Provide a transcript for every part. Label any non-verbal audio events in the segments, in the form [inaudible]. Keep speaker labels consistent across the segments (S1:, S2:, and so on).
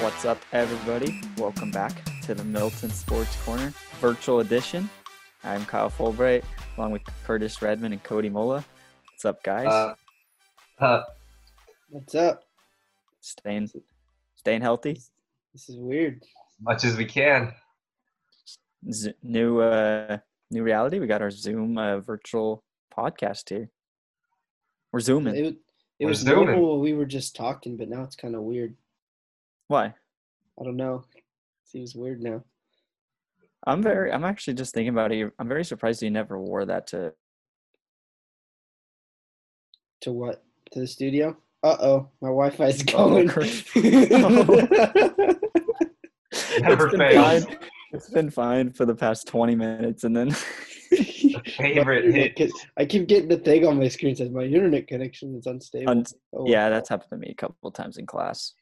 S1: What's up, everybody? Welcome back to the Milton Sports Corner virtual edition. I'm Kyle Fulbright, along with Curtis Redmond and Cody Mola. What's up, guys?
S2: Uh, uh,
S3: What's up?
S1: staying, staying healthy.
S3: This is weird.
S2: much as
S1: [laughs]
S2: we can.
S1: Z- new, uh, new reality. We got our Zoom uh, virtual podcast here. We're zooming.
S3: It, wa- it
S2: We're
S3: was
S2: zooming.
S3: normal when we were just talking, but now it's kind of weird.
S1: Why?
S3: I don't know. seems weird now.
S1: I'm very. I'm actually just thinking about it. I'm very surprised you never wore that to
S3: To what? To the studio? Uh oh, my
S1: [laughs]
S3: Wi Fi's going.
S2: [laughs]
S3: [laughs]
S1: Curtis.
S2: [laughs] Never
S1: it's been
S2: fails.
S1: fine. It's been fine for the past 20 minutes, and then [laughs]
S2: Favorite hit.
S3: I keep getting the thing on my screen that says my internet connection is unstable.
S1: un-
S3: Oh, well.
S1: yeah, that's happened to me a couple times in class.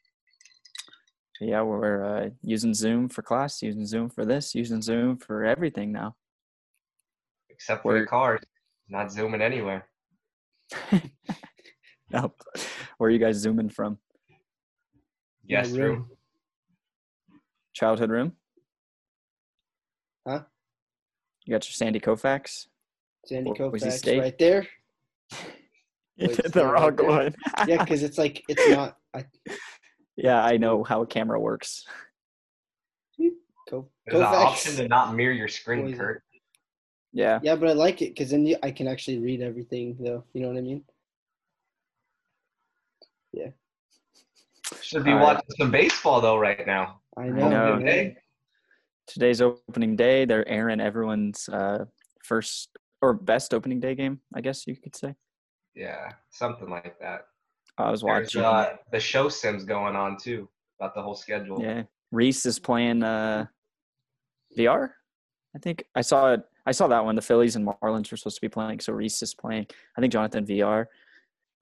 S1: Yeah, we're uh, using Zoom for class, using Zoom for this, using Zoom for everything now. [laughs]
S2: Except for the cars. Not zooming anywhere.
S1: Now, Where are you guys zooming from?
S3: My
S2: Yes,
S3: room.
S2: room.
S1: Childhood room?
S3: Huh?
S1: You got your Sandy Koufax?
S3: Sandy
S1: Wa- was he
S3: Koufax
S1: state?
S3: right there.
S1: You
S3: Wait,
S1: did
S3: say
S1: the
S3: that
S1: wrong
S3: again.
S1: one. [laughs]
S3: Yeah, because it's like, it's not. I,
S1: yeah, I know how a camera works. [laughs]
S3: Co-
S2: There's an option
S3: Koufax.
S2: to not mirror your
S3: What is
S2: screen,
S3: it?
S2: Kurt.
S1: Yeah.
S3: Yeah, but I like it because then you, I can actually read everything, though. You know what I mean?
S2: Should be
S1: All right.
S2: watching some baseball though right now.
S3: I know.
S1: know.
S3: man.
S2: Okay.
S1: Today's opening day. They're airing everyone's uh, first or best opening day game, I guess you could say.
S2: Yeah, something like that.
S1: I was
S2: There's
S1: watching.
S2: uh, the show sims going on too about the whole schedule.
S1: Yeah, Reese is playing uh, VR. I think I saw it. I saw that one. The Phillies and Marlins were supposed to be playing, so Reese is playing. I think Jonathan VR.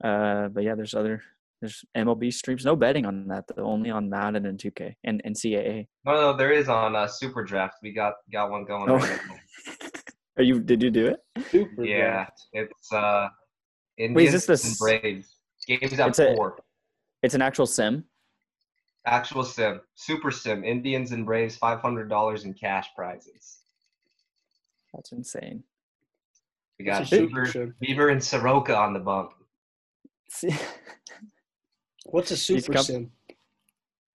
S1: Uh, but yeah, there's other there's MLB streams. No betting on that though. Only on Madden and 2K and NCAA.
S2: No, no, there is on uh, Super Draft. We got got one going.
S1: Oh.
S2: on right now.
S1: Are you? Did you do it?
S3: Super.
S2: Yeah, it's uh, Indians
S1: this the
S2: and
S1: s-
S2: Braves. Games at
S1: It's a-
S2: four.
S1: It's an actual sim.
S2: Actual sim, super sim, Indians and Braves, five hundred dollars in cash prizes.
S1: That's insane. [laughs]
S2: We
S3: It's
S2: got
S3: a super
S2: Beaver,
S3: show.
S2: Beaver and Soroka on the bump.
S1: See,
S3: What's a super
S1: comp-
S3: sim?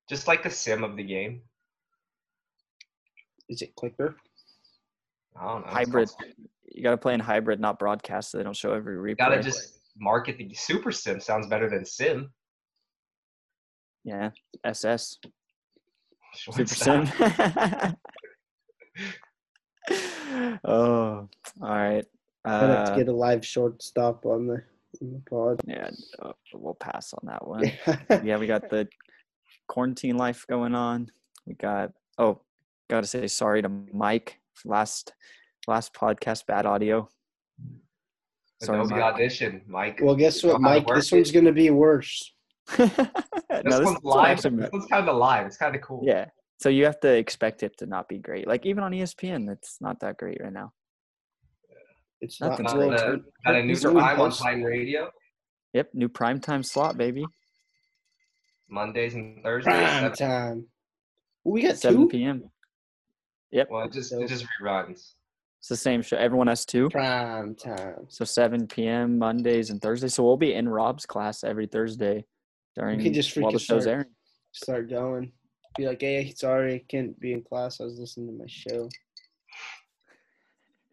S2: Just like a sim of the game.
S3: Is it clicker?
S2: I don't know. it's
S1: hybrid.
S2: called-
S1: You gotta play in hybrid, not broadcast, so they don't show every replay.
S2: Gotta just market the super sim. Sounds better than sim. [laughs]
S1: yeah, SS.
S2: What's
S1: Super
S2: that?
S1: Sim. [laughs] oh, all right.
S3: I'd have
S1: Uh,
S3: to get a live shortstop on the, on the pod.
S1: yeah, uh, we'll pass on that
S3: [laughs]
S1: one. [laughs] yeah, we got the quarantine life going on. We got oh, gotta say sorry to Mike for last last podcast bad audio. Sorry,
S2: Adobe
S1: Mike.
S2: audition, Mike.
S3: well, guess
S2: You
S3: what,
S2: know how to
S3: Mike?
S2: work
S3: This
S2: it.
S3: one's going to be worse.
S1: [laughs] no,
S2: This
S1: this
S2: one's
S1: one
S2: live.
S1: actually-
S2: This one's kind of live. It's kind of cool.
S1: yeah. So you have to expect it to not be great. Like even on E ESPN, it's not that great right now.
S3: It's
S1: Nothing's
S3: not
S2: Got,
S1: great.
S3: well,
S2: uh, got a new
S1: These are only
S2: time on
S1: posts.
S2: Time Radio,
S1: Yep, new primetime slot, baby.
S2: Mondays and Thursdays.
S3: prime
S2: seven-
S3: time. Ooh, we got
S1: 7
S3: two
S1: p.m.
S2: Well, it just it just reruns.
S1: It's the same show. Everyone has two.
S3: prime times.
S1: So 7 p.m. Mondays and Thursdays. So we'll be in Rob's class every Thursday during
S3: We can just
S1: while the
S3: freaking
S1: show's
S3: start.
S1: airing.
S3: Start going. Be like, hey, sorry, can't be in class. I was listening to my show.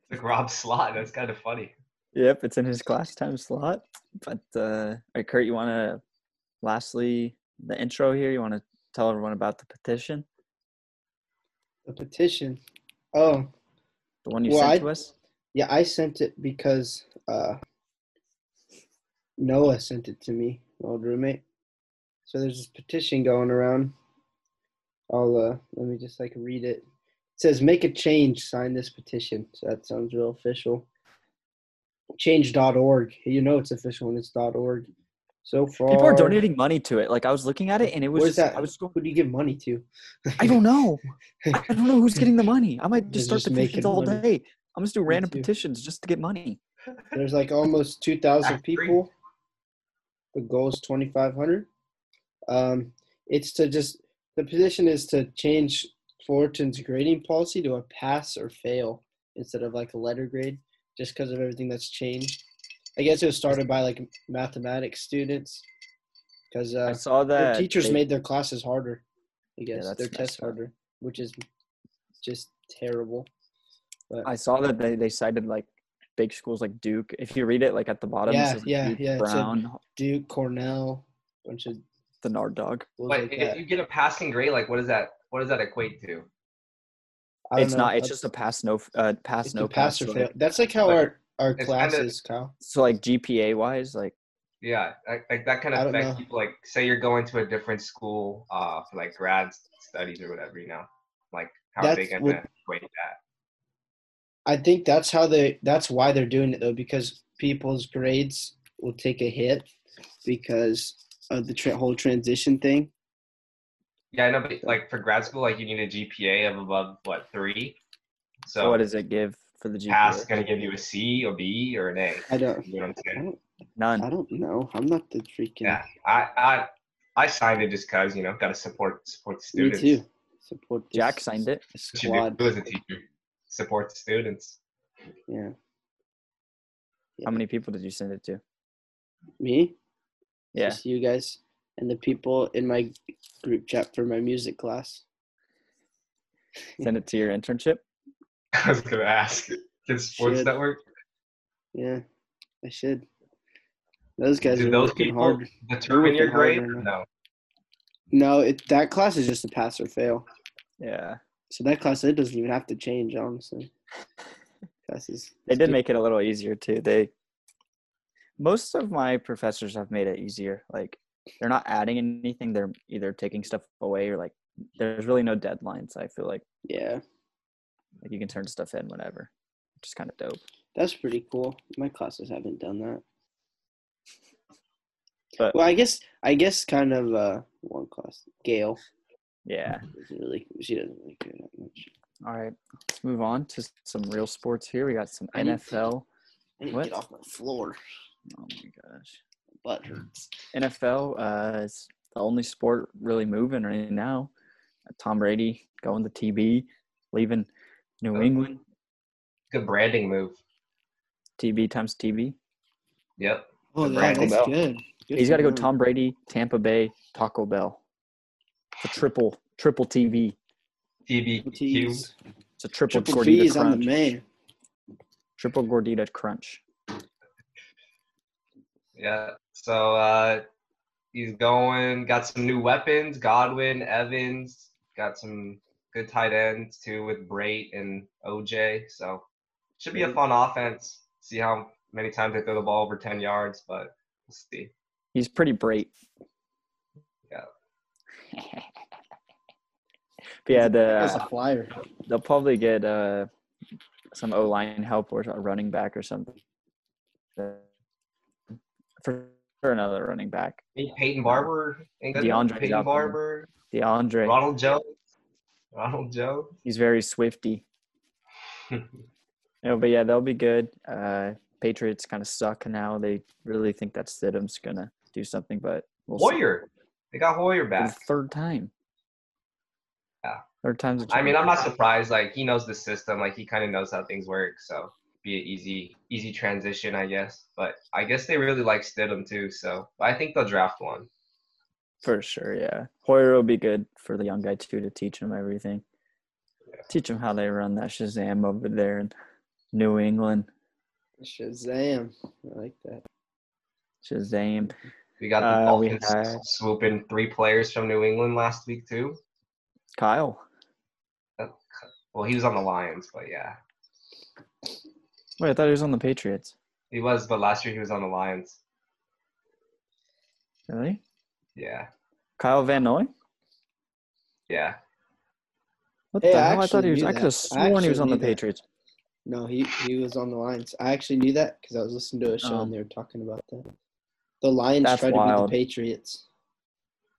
S2: It's like Rob's slot. That's kind of funny.
S1: Yep, it's in his class time slot. But uh, all right, Kurt, you want to lastly the intro here? You want to tell everyone about the petition,
S3: The petition. Oh,
S1: the one you
S3: Well,
S1: sent
S3: I-
S1: to us?
S3: yeah, I sent it because uh, Noah sent it to me, my old roommate. So there's this petition going around. I'll uh, let me just like read it. It says, "Make a change. Sign this petition." So that sounds real official. Change.org. You know it's official when it's .org. So far,
S1: People are donating money to it. Like I was looking at it, and it was
S3: Where's
S1: just-
S3: that?
S1: I
S3: [laughs]
S1: was going,
S3: Who do you give money to?
S1: I
S3: [laughs]
S1: don't know. I I don't know who's getting the money. I might
S3: They're
S1: just start
S3: just
S1: petitions
S3: making
S1: all
S3: money.
S1: day. I'm just do random
S3: too.
S1: petitions just to get money.
S3: There's like almost 2,000
S2: Factory.
S3: people. The goal is 2,500. Um, it's to just The petition is to change Fullerton's grading policy to a pass or fail instead of like a letter grade, just because of everything that's changed. I guess it was started by like mathematics students, because
S1: I
S3: uh,
S1: saw
S3: their
S1: that
S3: teachers
S1: they-
S3: made their classes harder. I guess
S1: that's
S3: their tests
S1: messed up.
S3: harder, which is just terrible.
S1: I saw that they, they cited like big schools like Duke. If you read it like at the bottom,
S3: Yeah,
S1: it says, like,
S3: yeah,
S1: Duke,
S3: yeah, it said-
S1: Brown,
S3: Duke, Cornell, bunch of
S1: the Nard Dog.
S3: schools
S2: But
S3: like
S2: if
S3: that.
S2: you get a passing grade, like what does that what does that equate to?
S3: I don't
S1: It's
S3: know.
S1: not. It's
S3: That's-
S1: just a pass no f- uh, pass
S3: it's
S1: no
S3: a pass or
S1: so,
S3: fail.
S1: Like,
S3: That's like how
S2: Like,
S3: our our
S2: it's kinda-
S3: classes, Kyle.
S1: so like GPA wise, like
S2: Yeah, like, like that kind
S3: I
S2: of
S3: don't
S2: affects
S3: know.
S2: people. Like, say you're going to a different school uh, for like grad studies or whatever, you know, like how are they
S3: That's
S2: gonna
S3: what-
S2: equate that?
S3: I think that's how they. That's why they're doing it though, because people's grades will take a hit because of the tra- whole transition thing.
S2: Yeah, I know, but like for grad school, like you need a GPA of above what three.
S1: so,
S2: So
S1: what does it give for the GPA?
S2: pass gonna give you a C, a B, or an A.
S3: I don't.
S2: You know what I'm
S3: I
S2: saying?
S3: don't, I
S1: None.
S3: don't know. I'm not the freaking.
S2: Yeah, I I I signed it just cause you know gotta support support the
S3: me
S2: students.
S3: too. Support this
S1: Jack signed it.
S2: What you
S3: squad.
S2: do as a teacher, support the students.
S3: Yeah,
S1: How many people did you send it to?
S3: me.
S1: Yeah.
S3: Just you guys and the people in my group chat for my music class.
S1: Send it to your internship.
S2: [laughs] I was gonna ask. Did Sports
S3: Should.
S2: Network?
S3: Yeah, I should. Those guys
S2: Do
S3: are
S2: those
S3: working
S2: people
S3: hard.
S2: determine your
S3: working hard
S2: grade?
S3: right
S2: No.
S3: No, it, that class is just a pass or fail.
S1: Yeah.
S3: So that class it doesn't even have to change,
S1: [laughs]
S3: honestly. Classes.
S1: They did make it a little easier too. They most of my professors have made it easier. Like they're not adding anything. They're either taking stuff away or like there's really no deadlines. I feel like
S3: Yeah,
S1: like you can turn stuff in whenever, which is kind of dope.
S3: that's pretty cool. My classes haven't done that.
S1: But-
S3: well, I guess I guess kind of uh one class. Gail
S1: Yeah.
S3: doesn't really. She doesn't really care that much.
S1: All right. Let's move on to some real sports here. We got some
S3: I need-
S1: NFL.
S3: I need
S1: What?
S3: to get off my floor.
S1: Oh my gosh.
S3: My butt hurts.
S1: NFL uh, is the only sport really moving right now. Uh, Tom Brady going to TB, leaving New
S2: Oh.
S1: England.
S2: Good branding move.
S1: TB times TB.
S2: Yep.
S3: Oh,
S2: The
S3: yeah,
S2: Taco
S3: that's
S2: Bell.
S3: good. Good
S1: He's got to go
S3: for him.
S1: Tom Brady, Tampa Bay, Taco Bell. It's a triple, triple TB.
S2: TBQ.
S3: Tees.
S1: It's a triple,
S3: Triple
S1: gordita
S3: B's. I'm
S1: crunch.
S3: the man.
S1: Triple gordita crunch.
S2: Yeah. So uh, he's going. Got some new weapons. Godwin, Evans. Got some good tight ends too with Brait and OJ. So should be a fun offense. See how many times they throw the ball over ten yards, but we'll see.
S1: He's pretty bright.
S2: Yeah.
S1: [laughs] But yeah,
S3: That's
S1: the uh,
S3: a flyer.
S1: they'll probably get uh, some O line help or a running back or something. For for another running back,
S2: Ain't Peyton Barber. Ain't good enough.
S1: DeAndre's out for
S2: Peyton
S1: them.
S2: Barber.
S1: DeAndre.
S2: Ronald Jones. Ronald Jones.
S1: He's very swifty.
S2: [laughs]
S1: No, but yeah, they'll be good. Uh, Patriots kind of suck now. They really think that Stidham's gonna do something, but we'll see.
S2: Hoyer. They got
S1: For
S2: Hoyer
S1: the
S2: back.
S1: third time.
S2: Yeah.
S1: Third time's a
S2: I mean,
S1: charm.
S2: I'm not surprised. Like he knows the system. Like he kind of knows how things work. So be an easy, easy transition, I guess. But I guess they really like Stidham too. So I think they'll draft one.
S1: For sure, yeah. Hoyer will be good for the young guy too to teach him everything. Teach him how they run that Shazam over there in New England.
S3: Shazam! I like that.
S1: Shazam.
S2: We got the
S1: Uh, we
S2: Dolphins
S1: had-
S2: swooping three players from New England last week too.
S1: Kyle.
S2: Well, he was on the Lions, but yeah,
S1: Wait, I thought he was on the Patriots.
S2: he was. But last year he was on the Lions.
S1: Really?
S2: Yeah,
S1: Kyle Van Noy?
S2: yeah.
S1: What
S3: Hey,
S1: the
S3: I
S1: hell? I thought
S3: actually
S1: he was
S3: knew
S1: I
S3: that.
S1: could have sworn
S3: I
S1: he was
S3: actually
S1: on the
S3: knew that.
S1: Patriots.
S3: No, he he was on the Lions. I actually knew that because I was listening to a show
S1: Oh.
S3: and they were talking about that. The Lions
S1: That's
S3: tried to beat
S1: wild.
S3: the Patriots.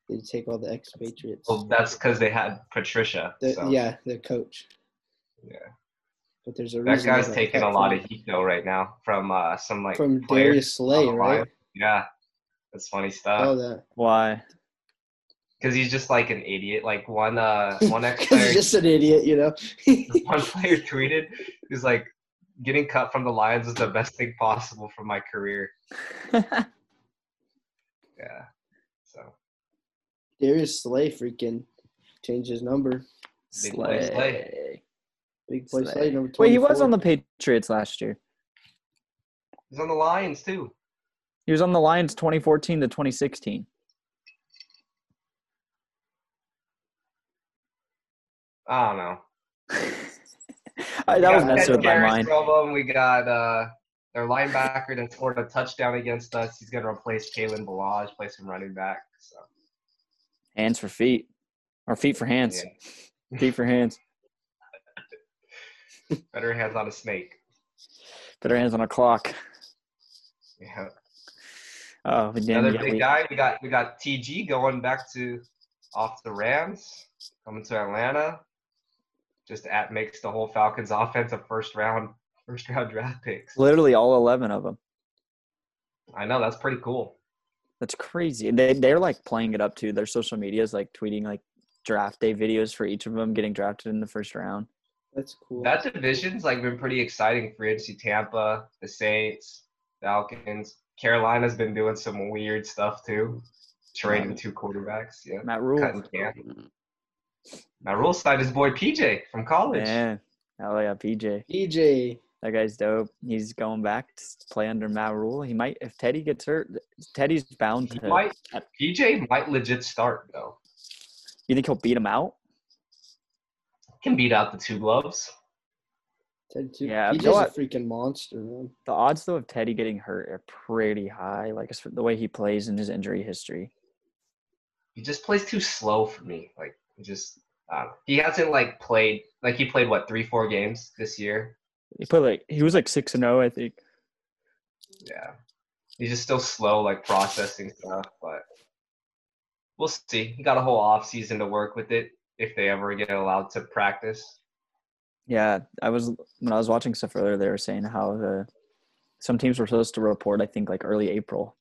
S3: They take all the ex-Patriots.
S2: Well, that's because they had Patricia.
S3: The-
S2: so
S3: Yeah, their coach.
S2: Yeah.
S3: But there's a
S2: that
S3: reason
S2: guy's
S3: they got
S2: taking a
S3: cut
S2: lot
S3: from-
S2: of heat though right now from uh, some like
S3: from
S2: players.
S3: Darius Slay,
S2: on the
S3: right?
S2: Lions. Yeah, that's funny stuff.
S3: Oh, that
S1: Why?
S2: because he's just like an idiot. Like one
S3: [laughs]
S2: uh one ex
S3: [laughs] He's
S2: player,
S3: just an idiot, you know.
S2: [laughs]
S3: [laughs]
S2: one player tweeted, he's like, getting cut from the Lions is the best thing possible for my career. Yeah, so
S3: Darius Slay freaking changed his number.
S2: Big play, Slay.
S1: Slay.
S3: Big play
S1: Slay.
S3: Slay, number
S1: Wait, he was
S3: 24.
S1: on the Patriots last year.
S2: he's on the Lions too.
S1: He was on the Lions 2014 to 2016. [laughs]
S2: I don't know.
S1: I, that was
S2: We got
S1: messing with my
S2: Darius
S1: mind.
S2: Romo, and we got uh, their linebacker that scored a touchdown against us. He's going to replace Kalen Balaj, play some running back. So
S1: Hands for feet, or feet for hands. Feet for hands.
S2: better hands on a snake.
S1: Put our hands on a clock.
S2: Yeah.
S1: Oh, but then
S2: Another
S1: yeah,
S2: big
S1: we-
S2: guy. We got we got TG going back to off the Rams, coming to Atlanta. Just at makes the whole Falcons offense a first round first round draft picks.
S1: literally all 11 of them.
S2: I know that's pretty cool.
S1: That's crazy. And They they're like playing it up too. Their social media is like tweeting like draft day videos for each of them getting drafted in the first round.
S3: That's cool.
S2: That division's like been pretty exciting for NC Tampa, the Saints, Falcons. Carolina's been doing some weird stuff too. Trading two quarterbacks. Yeah.
S1: Matt Rule.
S2: Cutting camp. Now rule signed his boy PJ from college.
S1: Man. Oh yeah, PJ.
S3: DJ.
S1: That guy's dope. He's going back to play under Matt Rule. He might if Teddy gets hurt, Teddy's bound
S2: He
S1: to
S2: might PJ might legit start though.
S1: you think he'll beat him out?
S2: Can beat out the two gloves.
S3: Ted too.
S1: Yeah,
S3: DJ's
S1: you know
S3: a
S1: what?
S3: freaking monster, man.
S1: The odds though of Teddy getting hurt are pretty high, like it's the way he plays and his injury history.
S2: he just plays too slow for me. Like he just I don't know. he hasn't like played like he played what three four games this year.
S1: He put like he was like six and zero, I think.
S2: Yeah, he's just still slow like processing stuff. But we'll see. He got a whole off season to work with it if they ever get allowed to practice.
S1: Yeah, I was when I was watching stuff earlier. They were saying how the some teams were supposed to report, I think, like early April,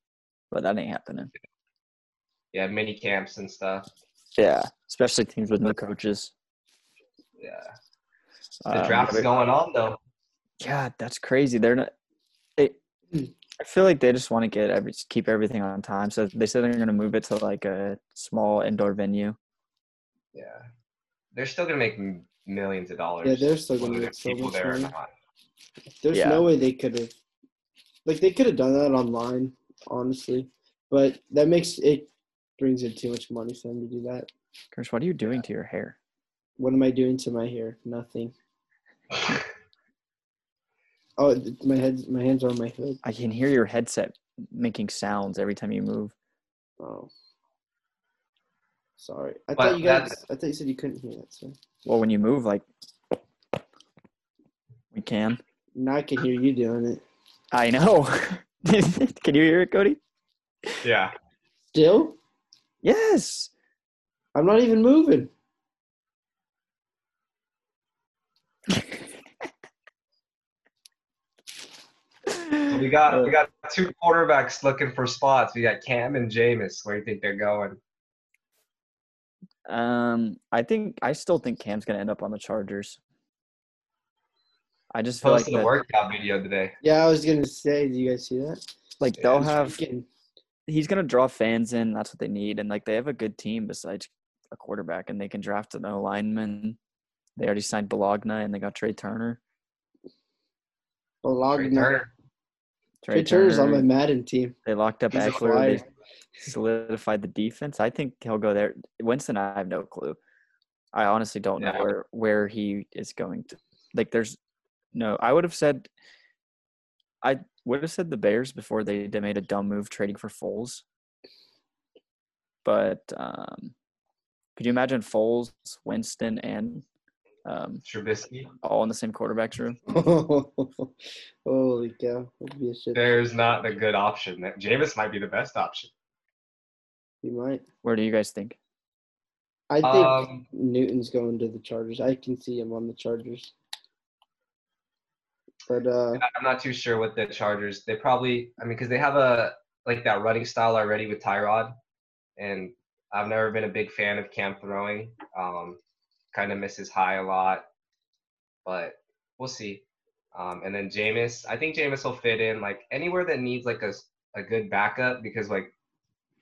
S1: but that ain't happening.
S2: Yeah, mini camps and stuff.
S1: Yeah, especially teams with no coaches.
S2: Yeah, the
S1: Um,
S2: draft's
S1: but-
S2: going on though.
S1: God, that's crazy. They're not. They, I feel like they just want to get every keep everything on time. So they said they're going to move it to like a small indoor venue.
S2: Yeah, they're still gonna make m- millions of dollars.
S3: Yeah, they're still gonna
S2: whether
S3: make
S2: there's
S3: so
S2: people
S3: much
S2: there or
S3: money.
S2: not.
S3: There's
S1: Yeah.
S3: no way they could have, like, they could have done that online, honestly. But that makes it brings in too much money for them to do that.
S1: Chris, what are you doing to your hair?
S3: What am I doing to my hair? Nothing. Oh, th- my head, my hands are on my hood.
S1: I can hear your headset making sounds every time you move.
S3: Oh, sorry. I
S2: But
S3: thought you guys.
S2: that's-
S3: I thought you said you couldn't hear that. So
S1: Well, when you move, like we can.
S3: now I can hear you doing it.
S1: I know. [laughs] can you hear it, Cody?
S2: [laughs] yeah,
S3: Still,
S1: Yes.
S3: I'm not even moving.
S2: So we got we got two quarterbacks looking for spots. We got Cam and Jameis. Where do you think they're going?
S1: Um, I think I still think Cam's gonna end up on the Chargers. I just feel like
S2: Posted a
S1: that,
S2: workout video today.
S3: Yeah, I was gonna say. Do you guys see that?
S1: like they'll
S2: Yeah,
S1: have
S3: Freaking-
S1: he's gonna draw fans in. That's what they need, and like they have a good team besides a quarterback, and they can draft an O lineman. They already signed Bologna, and they got Trey Turner.
S2: Trey
S3: Bologna. Trey,
S2: Turner.
S1: Trey,
S3: Turner's on my
S1: Turner,
S3: Madden team.
S1: They locked up
S2: He's a
S1: Eckler. They
S3: flyer.
S1: solidified the defense. I think he'll go there. Winston, I have no clue. I honestly don't know
S2: Yeah.
S1: where where he is going to. Like, there's no. I would have said. I would have said the Bears before they, they made a dumb move trading for Foles. But um, could you imagine Foles, Winston, and um,
S2: Trubisky.
S1: all in the same quarterbacks room?
S3: [laughs] Holy cow! That'd be a shit.
S2: There's not a good option. That Jameis might be the best option.
S3: You might.
S1: Where do you guys think?
S3: I think
S2: Um,
S3: Newton's going to the Chargers. I can see him on the Chargers. But uh,
S2: I'm not too sure what the Chargers. They probably. I mean, because they have a like that running style already with Tyrod, and I've never been a big fan of camp throwing. Um, kind of misses high a lot, but we'll see. Um, and then Jameis, I think Jameis will fit in like anywhere that needs like a s- a good backup because like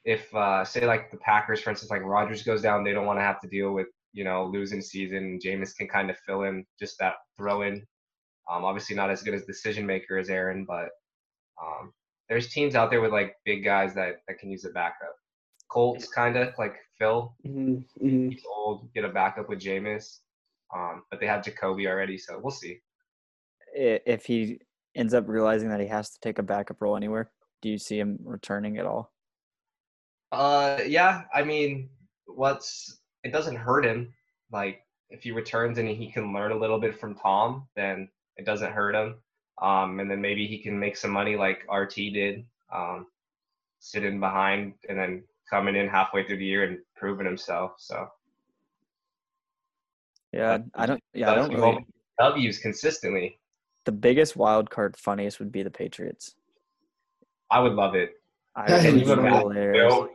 S2: if uh, say like the Packers, for instance, like Rodgers goes down, they don't want to have to deal with you know losing season. Jameis can kind of fill in just that throw in. Um, obviously not as good as decision maker as Aaron, but um, there's teams out there with like big guys that that can use a backup. Colts kind of like Phil,
S3: hmm hmm
S2: he's old, get a backup with Jameis. Um, but they have Jacoby already, so we'll see.
S1: I- If he ends up realizing that he has to take a backup role anywhere, do you see him returning at all?
S2: Uh, yeah. I mean, what's it doesn't hurt him. Like if he returns and he can learn a little bit from Tom, then it doesn't hurt him. Um, and then maybe he can make some money like RT did, um, sitting behind and then coming in halfway through the year and proving himself. So
S1: Yeah, I don't. Yeah, I
S2: That's
S1: don't
S2: the
S1: really.
S2: goal. W's consistently.
S1: The biggest wild card funniest would be the Patriots.
S2: I would love it.
S1: I
S3: Can
S1: think
S3: you
S1: they're
S3: imagine,
S1: hilarious.
S2: Bill,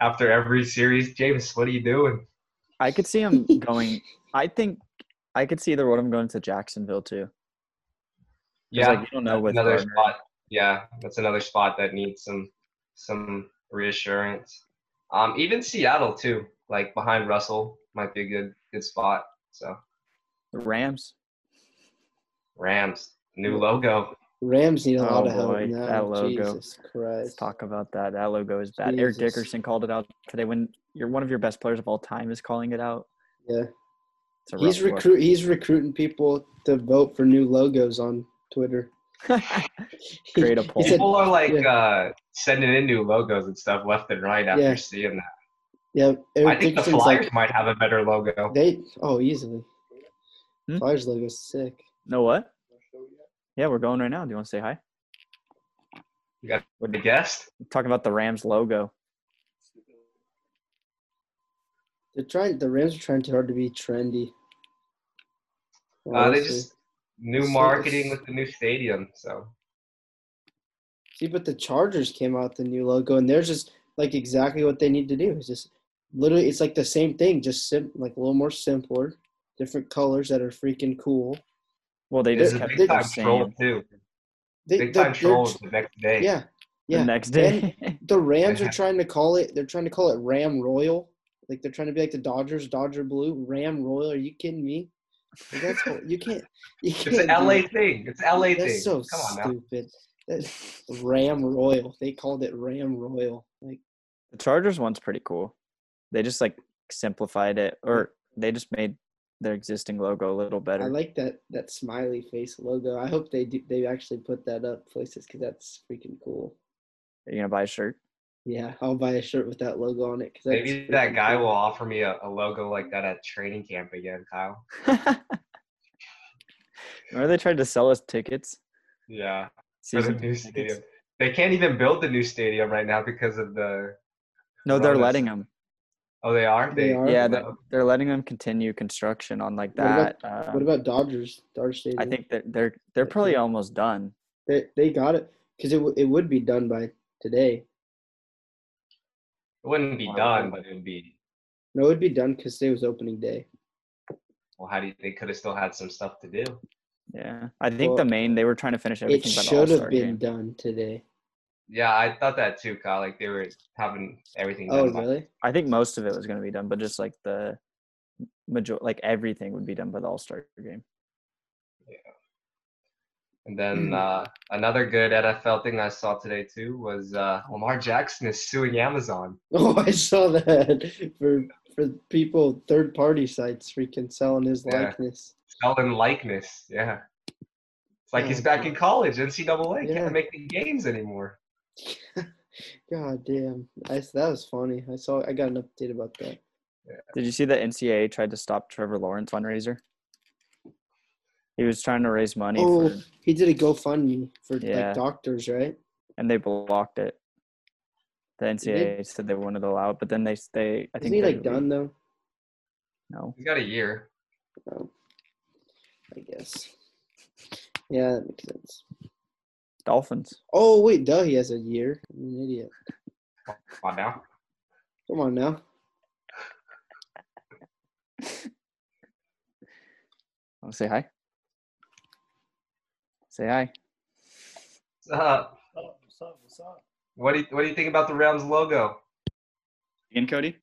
S2: after every series, James, what are you doing?
S1: I could see
S3: [laughs]
S1: him going. I think I could see either one of them going to Jacksonville too. 'Cause,
S2: Yeah,
S1: like, you don't know with
S2: another
S1: Gardner.
S2: spot. Yeah, that's another spot that needs some some reassurance. Um, even Seattle too, like behind Russell, might be a good good spot. So
S1: The Rams.
S2: Rams, new logo.
S3: Rams need a lot
S1: Oh,
S3: of help
S1: boy,
S3: now.
S1: that logo.
S3: Jesus
S1: Let's
S3: Christ.
S1: talk about that. That logo is bad. Eric
S3: Jesus.
S1: Dickerson called it out today. When you're one of your best players of all time is calling it out,
S3: Yeah.
S1: it's a
S3: He's
S1: rough look.
S3: recruit. He's recruiting people to vote for new logos on Twitter.
S1: [laughs] Create a
S3: [laughs] He
S1: poll.
S3: said-
S2: People are like
S3: yeah.
S2: uh, sending in new logos and stuff left and right after
S3: Yeah.
S2: seeing that.
S3: yeah,
S2: I
S3: Eric
S2: think the
S3: Dickerson's
S2: Flyers
S3: like
S2: might have a better logo.
S3: they. Oh, easily.
S1: Hmm?
S3: Flyers logo's sick.
S1: No what? Yeah, we're going right now. Do you want to say hi?
S2: Would you guess?
S1: Talking about the Rams logo.
S3: They're trying. The Rams are trying too hard to be trendy.
S2: Uh, they
S3: Honestly.
S2: just new
S3: So
S2: marketing
S3: it's-
S2: with the new stadium. So
S3: see, but the Chargers came out with the new logo, and they're just like exactly what they need to do. It's just literally, it's like the same thing, just sim- like a little more simpler, different colors that are freaking cool.
S1: Well, they
S2: it's
S1: just
S2: a
S1: kept
S2: big
S1: it
S2: time
S1: the
S2: troll
S1: same
S2: too.
S3: They,
S2: Big
S3: they're-
S2: time
S3: they're-
S2: trolls the next day.
S3: Yeah, yeah.
S1: the next day. [laughs]
S3: the Rams
S2: Yeah.
S3: are trying to call it. They're trying to call it Ram Royal. Like they're trying to be like the Dodgers, Dodger Blue, Ram Royal. Are you kidding me? Like, that's what- you can't. [laughs] You can't.
S2: It's an
S3: do
S2: LA
S3: that.
S2: thing. It's LA thing.
S3: That's so
S2: Come on now.
S3: stupid. That's Ram Royal. They called it Ram Royal. Like
S1: The Chargers one's pretty cool. They just like simplified it, or they just made their existing logo a little
S3: I
S1: better.
S3: like that that smiley face logo. I hope they do, they actually put that up places because that's freaking cool.
S1: Are you gonna buy a shirt? [laughs]
S3: Yeah, I'll buy a shirt with that logo on it. 'cause that's
S2: Maybe that
S3: freaking
S2: guy
S3: cool.
S2: will offer me a, a logo like that at training camp again, Kyle.
S1: Remember they tried to sell us tickets?
S2: Yeah, for the
S1: Season
S2: new
S1: tickets?
S2: stadium. They can't even build the new stadium right now because of the.
S1: No, they're
S2: Coronas.
S1: letting them.
S2: Oh, they are.
S3: They are?
S1: Yeah,
S2: okay.
S1: they're, they're letting them continue construction on like
S3: What about-
S1: that. uh,
S3: What about Dodgers? Dodger Stadium.
S1: I think that they're they're probably almost done.
S3: They they got it because it w- it would be done by today.
S2: it wouldn't be done, but it would be.
S3: No, it would be done because today was opening day.
S2: Well, how do you, they could have still had some stuff to do?
S1: Yeah, I think
S3: Well,
S1: the main they were trying to finish
S3: It
S1: everything. by the
S3: should have
S1: All-Star
S3: been
S1: game.
S3: done today.
S2: Yeah, I thought that too, Kyle. Like they were having everything.
S3: Oh,
S2: done by-
S3: really? [laughs]
S1: I think most of it was going to be done, but just like the major, like everything would be done by the All Star game.
S2: And then uh, another good NFL thing I saw today too was uh, Lamar Jackson is suing Amazon.
S3: Oh, I saw that for for people third party sites freaking selling his
S2: Yeah.
S3: likeness.
S2: Selling likeness. Yeah. It's like he's
S3: Yeah.
S2: back in college, NCAA.
S3: Yeah.
S2: Can't make the games anymore.
S3: God damn, I, s- that was funny. I saw. I got an update about that.
S1: Did you see that NCAA tried to stop Trevor Lawrence fundraiser? He was trying to raise money,
S3: Oh,
S1: for,
S3: he did a GoFundMe for
S1: Yeah.
S3: like doctors, right?
S1: and they blocked it. The NCAA said they wouldn't allow it, but then they they I
S3: Isn't
S1: think
S3: he
S1: they
S3: like done though?
S1: No,
S2: He's got a year.
S3: Oh, I guess. Yeah, that makes sense.
S1: Dolphins.
S3: Oh wait, duh, he has a year. I'm an idiot.
S2: Come on now.
S3: Come on now.
S1: Want to say hi? Say hi.
S2: What's up?
S4: Oh, what's up? What's up?
S2: What do you, what do you think about the Rams logo?
S1: Again, Cody.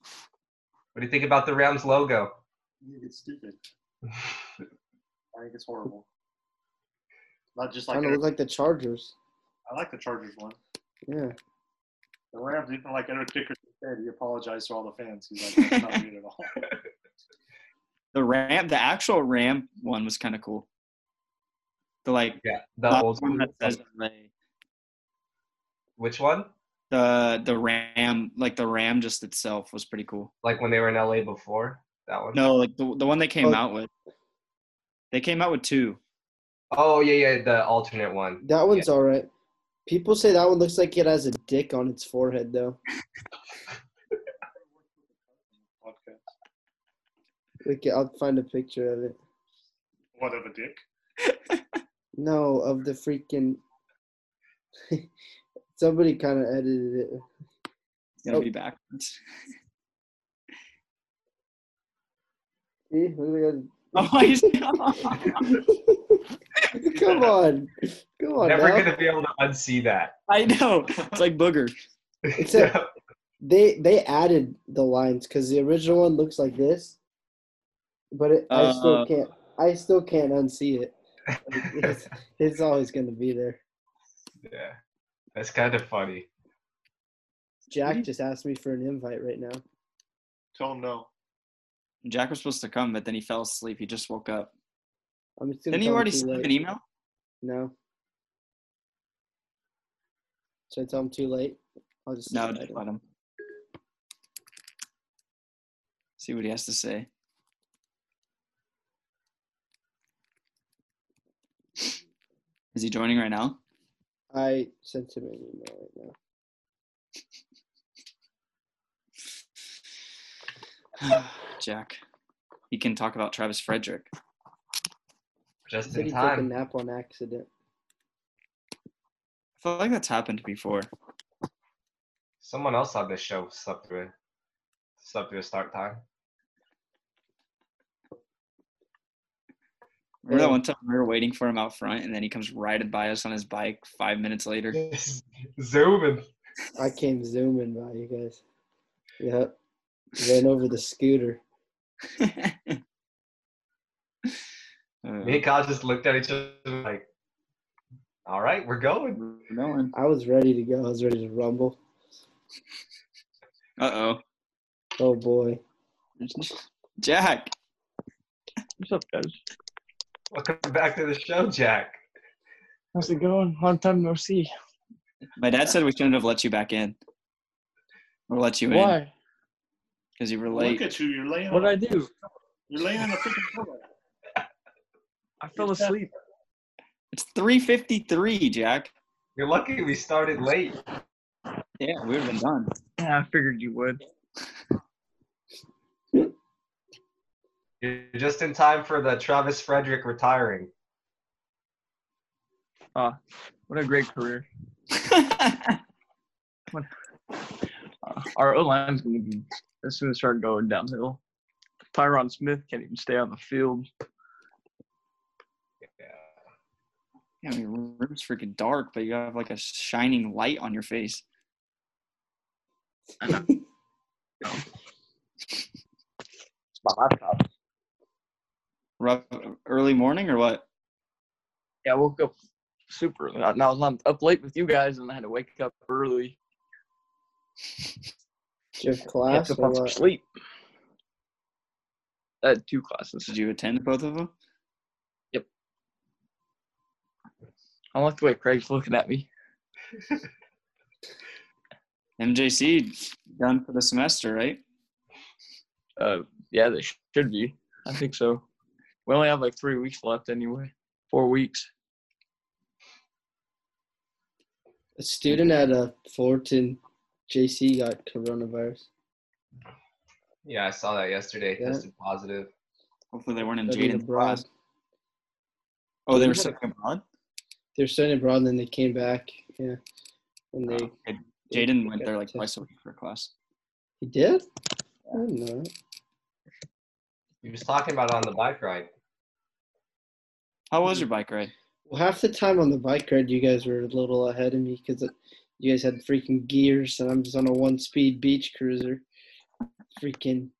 S2: What do you think about the Rams logo? [laughs]
S4: I think it's stupid. I think it's horrible. Not just like
S3: Kind of look like the Chargers.
S4: I like the Chargers one.
S3: Yeah.
S4: The Rams, even like Eric Dickerson said, he apologized to all the fans. He's like, that's not good
S5: [laughs]
S4: at all.
S1: The ramp, the actual ramp one was kind of cool. The like
S2: Yeah, the
S1: top
S2: old
S1: one that says Ray.
S2: which one?
S1: the the ram, like the ram just itself was pretty cool.
S2: Like when they were in LA before that one?
S1: No, like the the one they came
S3: Oh.
S1: out with. They came out with two.
S2: Oh yeah, yeah, the alternate one.
S3: That one's all right. People say that one looks like it has a dick on its forehead, though.
S4: Vodka.
S3: Look, I'll find a picture of it.
S4: What of a dick?
S3: No, of the freaking. [laughs] Somebody kind of edited it.
S1: It's gonna
S3: Oh.
S1: be backwards. [laughs]
S3: See? Look at
S1: Oh, he's-
S3: that. [laughs] Come on. Come on.
S2: Never
S3: now.
S2: gonna be able to unsee that.
S1: I know. It's like booger.
S3: Except- They they added the lines because the original one looks like this, but it, I
S1: Uh.
S3: still can't. I still can't unsee it. [laughs] It's, it's always gonna be there.
S2: [laughs] yeah, that's kind of funny. Mm-hmm.
S3: Jack just asked me for an invite right now.
S4: Tell him no.
S1: Jack was supposed to come, but then he fell asleep. He just woke up.
S3: I'm just gonna
S1: Didn't you
S3: tell him
S1: already
S3: too
S1: send him
S3: late.
S1: an email?
S3: No. Should I tell him too late? I'll just
S1: No,
S3: invite
S1: just
S3: him.
S1: let him. See what he has to say. Is he joining right now?
S3: I sent him an email right now.
S1: Jack. He can talk about Travis Frederick.
S3: He
S2: Just
S3: said
S2: in
S3: he took a
S2: time.
S3: nap on accident.
S1: I feel like that's happened before.
S2: Someone else on this show slept through it. Slept through a start
S5: [laughs]
S2: time.
S1: Remember that
S3: Yeah.
S1: one time we were waiting for him out front and then he comes riding by us on his bike five minutes later?
S2: Zooming.
S3: I came zooming by you guys. Yep. Ran over the scooter.
S2: Me
S1: [laughs] Uh,
S2: and Kyle just looked at each other like, all right, we're going.
S1: we're going.
S3: I was ready to go. I was ready to rumble.
S1: Uh oh.
S3: Oh boy.
S1: Jack. What's up, guys?
S2: Welcome back to the show, Jack.
S5: How's it going? Long time no see.
S1: My dad said we shouldn't have let you back in. Or let you in
S5: Why?
S1: because you were
S4: Look
S1: late.
S4: at you. You're laying
S5: What
S4: on
S5: did
S4: a-
S5: I do?
S4: You're laying on a freaking pillow.
S5: I fell asleep.
S1: It's 3:53, Jack.
S2: You're lucky we started late.
S1: Yeah, we would have been done.
S5: Yeah, I figured you would.
S2: You're just in time for the Travis Frederick retiring.
S5: What a great career. Uh, our O line's going to be as soon as start going downhill. Tyron Smith can't even stay on the field.
S2: Yeah.
S1: [laughs] yeah, I mean, your room's freaking dark, but you have like a shining light on your face.
S5: It's my laptop.
S1: Rough, early morning or what?
S5: Yeah, I woke up super early. And I was on- up late with you guys, and I had to wake up early.
S3: Did you have
S5: I
S3: class
S5: took
S3: or
S5: off for
S3: what?
S5: sleep. I had two classes.
S1: Did you attend both of them?
S5: I like the way Craig's looking at me.
S1: MJC done for the semester, right?
S5: Uh, yeah, they sh- should be. I think so. We only have like three weeks left anyway. Four weeks.
S3: A student at a Fullerton JC got coronavirus.
S2: Yeah, I saw that yesterday.
S3: Yeah.
S2: Tested positive.
S1: Hopefully they weren't in
S3: Studied
S1: Jaden's
S3: abroad.
S1: class. Oh, they were studying abroad.
S3: They're studying abroad and then they came back. Yeah. And they
S1: Uh, Jaden went there like
S3: Gotcha.
S1: twice a week for class.
S3: he did? I don't know.
S2: He was talking about it on the bike ride.
S1: How was your bike ride?
S3: Well, half the time on the bike ride, you guys were a little ahead of me because you guys had freaking gears, and I'm just on a one-speed beach cruiser, freaking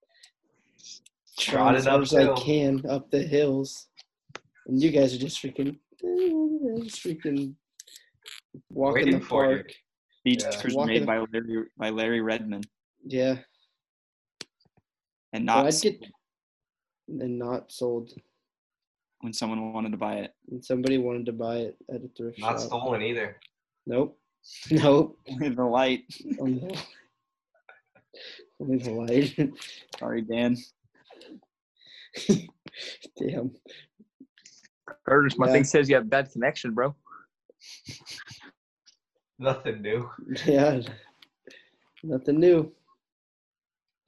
S3: trying as
S2: Trotted
S3: hard as I
S2: uphill.
S3: can up the hills, and you guys are just freaking, eh, just freaking walking
S2: Waiting
S3: the
S2: for you.
S3: park.
S1: Beach
S2: Yeah.
S1: cruise
S3: Walking
S1: made
S3: up-
S1: by Larry by Larry Redmond
S3: Yeah,
S1: and
S3: well,
S1: not
S3: I'd get and not sold,
S1: when someone wanted to buy it. [laughs]
S3: and somebody wanted to buy it at a thrift
S2: Not
S3: shop.
S2: stolen either.
S3: Nope, [laughs] nope.
S1: the light.
S3: Only the, only the light.
S1: Sorry, Dan.
S3: [laughs] Damn.
S5: Curtis, my
S3: Yeah.
S5: thing says you have bad connection, bro.
S2: Nothing new.
S3: Yeah. Nothing new.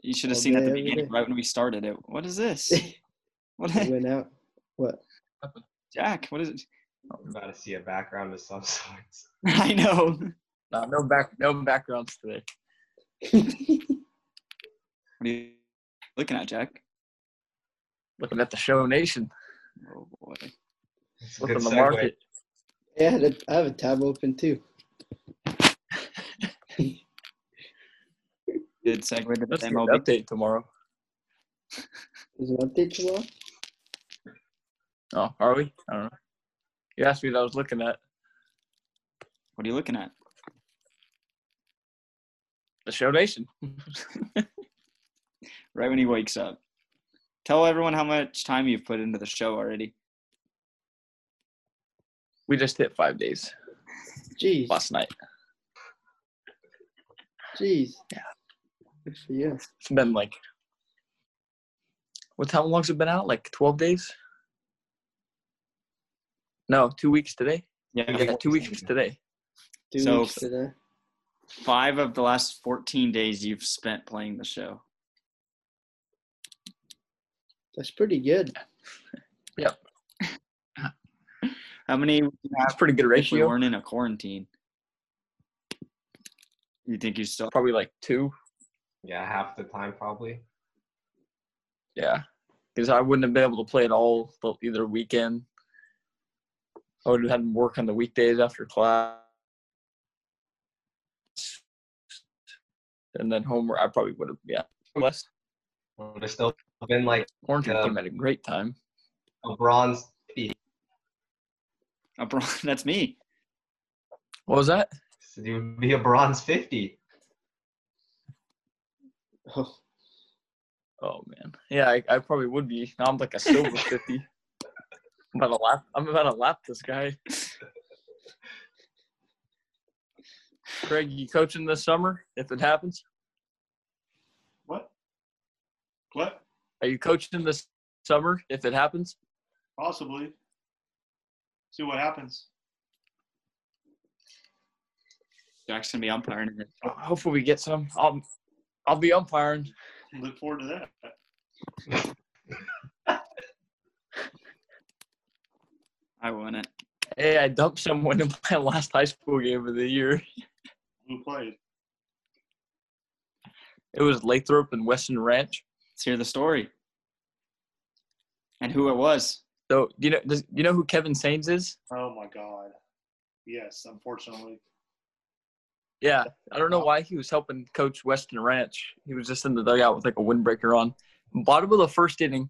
S1: You should have
S3: All
S1: seen at
S3: day,
S1: the
S3: every
S1: beginning,
S3: day.
S1: right when we started it. What is
S3: [laughs]
S1: this? What,
S3: We went out. What?
S1: Jack? What is it?
S2: I'm about to see a background of some [laughs] sorts.
S1: I know.
S5: No, no back, no backgrounds today.
S1: What are you looking at, Jack?
S5: Looking at the show nation,
S1: Oh boy.
S2: It's a
S5: looking
S2: good
S5: at
S2: segue.
S5: the market.
S3: Yeah, I, had a, I have a tab open too. [laughs]
S1: Good segue to the
S5: That's an
S1: MLB.
S5: update tomorrow.
S3: Is an update tomorrow?
S5: Oh, are we? I don't know. You asked me what I was looking at
S1: What are you looking at?
S5: the show nation.
S1: Right when he wakes up. Tell everyone how much time you've put into the show already.
S5: We just hit five days
S3: Jeez.
S5: last night.
S3: Jeez. Yeah. Good for you.
S5: It's been like, what? How long's it been out? Like twelve days? No, two weeks today.
S1: Yeah.
S5: Yeah, two weeks today.
S3: Two
S1: So-
S3: weeks today.
S1: Five of the last 14 days you've spent playing the show.
S3: That's pretty good.
S1: How many would you
S5: That's
S1: have
S5: a pretty good
S1: if we
S5: ratio.
S1: weren't in a quarantine? You think you still
S5: Probably like two.
S2: Yeah, half the time probably.
S5: Yeah, because I wouldn't have been able to play at all the, either weekend. I would have had to work on the weekdays after class, and then homework. I probably would have yeah. Less
S2: Would have still been like
S5: quarantine
S2: Yeah.
S5: came at a great time.
S2: a bronze.
S1: a bronze? [laughs] That's me.
S5: What was that?
S2: You would be a bronze fifty.
S3: Oh,
S5: Oh man, yeah, I, I probably would be. Now I'm like a silver fifty. I'm about to lap. I'm about to lap this guy. Craig, you coaching this summer if it happens?
S6: What? What?
S5: Are you coaching this summer if it happens?
S6: Possibly. See what happens.
S1: Jack's gonna be umpiring it.
S5: Uh, Hopefully, we get some. I'll, I'll be umpiring.
S6: Look forward to that.
S1: I won it.
S5: Hey, I dumped someone [laughs] in my last high school game of the year.
S6: Who played?
S5: It was Lathrop and Weston Ranch.
S1: Let's hear the story. And who it was.
S5: So you know, does, you know who Kevin Sains is?
S6: Oh my God. Yes, unfortunately.
S5: Yeah, I don't know why he was helping coach Weston Ranch. He was just in the dugout with like a windbreaker on. Bottom of the first inning,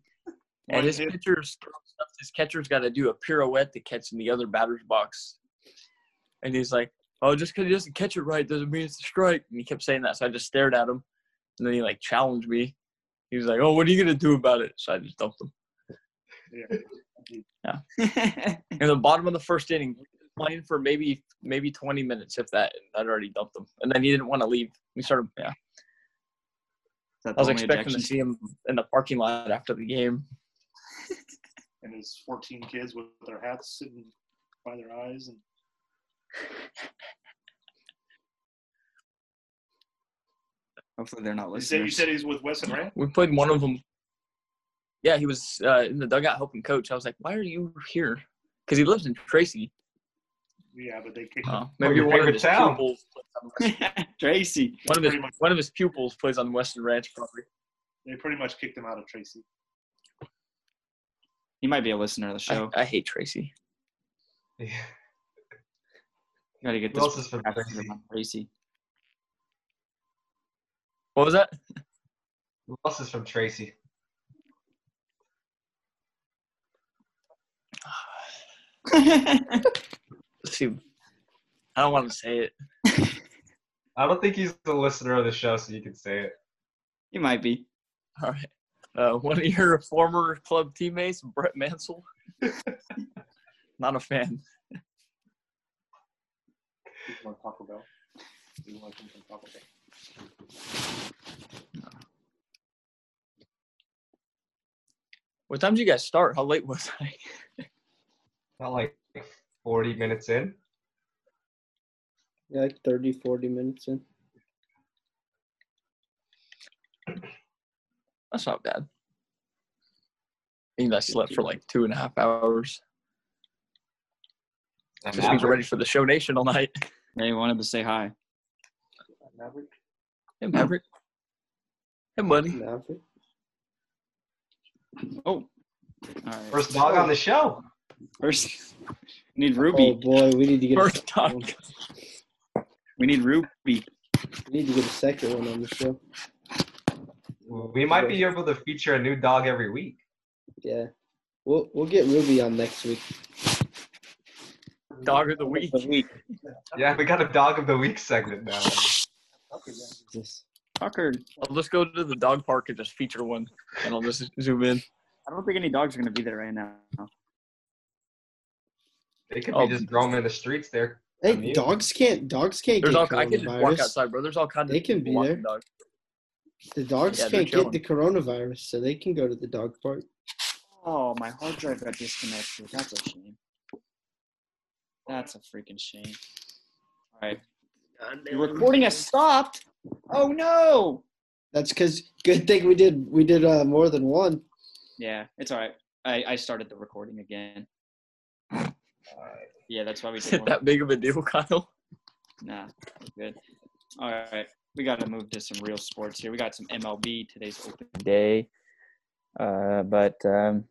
S5: and
S6: One
S5: his
S6: hit.
S5: pitcher's his catcher's got to do a pirouette to catch in the other batter's box. And he's like, "Oh, just because he doesn't catch it right doesn't mean it's a strike." And he kept saying that, so I just stared at him, and then he like challenged me. He was like, "Oh, what are you gonna do about it?" So I just dumped him.
S6: Yeah.
S5: in the bottom of the first inning, playing for maybe maybe 20 minutes, if that. and I'd already dumped him, and then he didn't want to leave. We started. Yeah, I was expecting to see him in the parking lot after the game.
S6: And his 14 kids with their hats sitting by their eyes. And
S1: Hopefully they're not
S6: you
S1: listening.
S6: said, you said he's with Weston Rand?
S5: We played one of them. Yeah, he was uh, in the dugout helping coach. I was like, "Why are you here?" Because he lives in Tracy.
S6: Yeah, but they kicked
S5: Uh,
S6: him.
S5: maybe
S2: Oh, your
S5: one of
S2: favorite
S5: his
S2: town.
S5: pupils. plays
S1: Tracy.
S5: on- One of his
S6: Pretty much.
S5: one of his pupils plays on Western Ranch, probably.
S6: They pretty much kicked him out of Tracy.
S1: He might be a listener of the
S5: I,
S1: show.
S5: I hate Tracy.
S1: Got to get
S2: Who
S1: this
S2: else is from
S1: crap under
S2: Tracy?
S1: my Tracy.
S5: What was that?
S2: Who else is from Tracy?
S5: Let's see. I don't want to say it.
S2: I don't think he's the listener of the show, so you can say it.
S1: He might be.
S5: [laughs] All right. Uh, one of your former club teammates, Brett Mansell. Not a fan.
S6: You want Taco Bell? You want him from Taco Bell?
S5: What time did you guys start? How late was I? [laughs]
S2: Not like 40 minutes in.
S3: Yeah, like 30, 40 minutes in.
S5: That's not bad. I mean, I slept for like two and a half hours.
S2: An
S5: Just means we're ready
S2: average.
S5: for the show nation all night. [laughs]
S1: They wanted to say hi.
S6: Maverick?
S5: Hey, Maverick. Hey, buddy.
S3: Maverick.
S1: Oh, all right. First,
S2: First dog on the show.
S1: [laughs] we need
S3: Oh
S1: Ruby.
S3: boy, we need to get
S5: First
S3: a,
S5: time.
S1: We need Ruby.
S3: we need to get a second one on the show.
S2: We might be able to feature a new dog every week.
S3: Yeah, we'll we'll get Ruby on next week.
S5: Dog of the week.
S2: Yeah, we got a dog of the week segment now.
S6: Okay, yeah.
S3: Yes.
S1: Tucker.
S5: I'll just go to the dog park and just feature one, and I'll just zoom in.
S1: I don't think any dogs are going to be there right now.
S2: They could
S5: Oh.
S2: be just roaming the streets there.
S3: Hey,
S2: Unmute.
S3: dogs can't dogs can't
S5: There's all,
S3: get
S5: I can just walk
S3: coronavirus.
S5: outside, bro. There's all kinds
S3: They
S5: of
S3: can
S5: people
S3: be
S5: walking
S3: there.
S5: dogs.
S3: The dogs
S5: Yeah, they're
S3: can't get the coronavirus, so they can go to the dog park.
S1: Oh, my hard drive got disconnected. That's a shame. That's a freaking shame. All right. The recording has stopped. Oh, no.
S3: That's because good thing we did we did uh, more than one.
S1: Yeah, it's all right. I, I started the recording again. Yeah, that's
S5: [laughs]
S1: why we
S5: Is
S1: did
S5: it
S1: one.
S5: that big of a deal, Kyle?
S1: Nah, we're good. All right, we got to move to some real sports here. We got some MLB today's open day, uh, but um,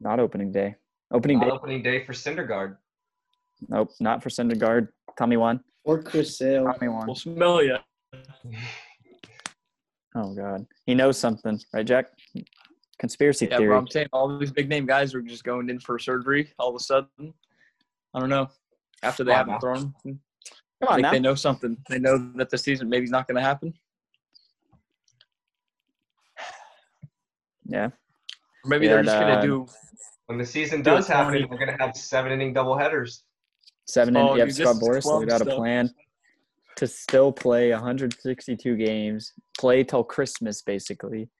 S1: not opening day. Opening
S2: Not
S1: day?
S2: opening day for Cindergard.
S1: Nope, not for Syndergaard. Tommy one.
S3: Or Chris Sale.
S1: Tommy one.
S5: We'll smell ya.
S1: Oh God, he knows something, right, Jack? Conspiracy
S5: Yeah,
S1: theory.
S5: bro. I'm saying all these big name guys are just going in for surgery all of a sudden. I don't know. After they
S2: Wow.
S5: haven't thrown, I
S1: Come on
S5: think
S1: now.
S5: they know something. They know that the season maybe's not going to happen.
S1: Yeah, uh,
S5: Or maybe
S1: Yeah,
S5: they're just going
S1: nah.
S5: to do.
S2: When the season
S5: Dude,
S2: does happen,
S5: Tony.
S2: we're gonna have seven inning double headers.
S1: seven
S5: Oh,
S1: and yeah,
S5: dude, this
S1: Scott
S5: is
S1: Boris
S5: club
S1: laid out a
S5: stuff.
S1: plan to still play 162 games, play till Christmas basically,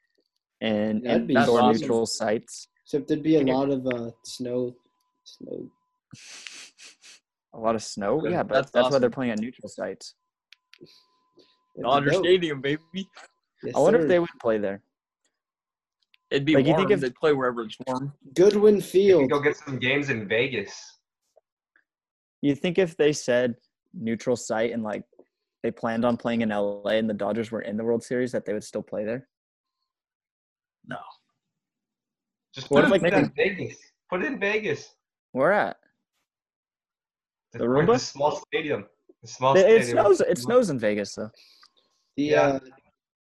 S1: and
S3: That'd be
S1: indoor
S5: awesome.
S1: neutral sites.
S3: Except there'd be a lot of uh, snow. Snow.
S1: A lot of snow.
S5: Yeah,
S1: Yeah, but
S5: that's
S1: that's, why they're
S5: awesome.
S1: playing at neutral sites.
S3: That'd be
S5: Dodger
S3: dope.
S5: Stadium, baby.
S3: Yes,
S1: I wonder
S3: sir.
S1: if they would play there.
S5: It'd be
S1: Like, you
S5: warm.
S1: think if-
S5: They'd play wherever it's warm.
S3: Goodwin
S2: You can
S3: Field.
S2: go get some games in Vegas.
S1: You think if they said neutral site and like they planned on playing in LA and the Dodgers were in the World Series that they would still play there?
S2: Just
S1: What
S2: put
S1: if, like,
S2: it in Vegas. Put it in Vegas.
S1: Where at? The
S2: We're in
S1: Roomba?
S2: small stadium. The
S5: Oh,
S2: small
S1: It, it
S2: stadium.
S1: snows. It snows in Vegas though.
S3: The
S2: Yeah.
S3: uh,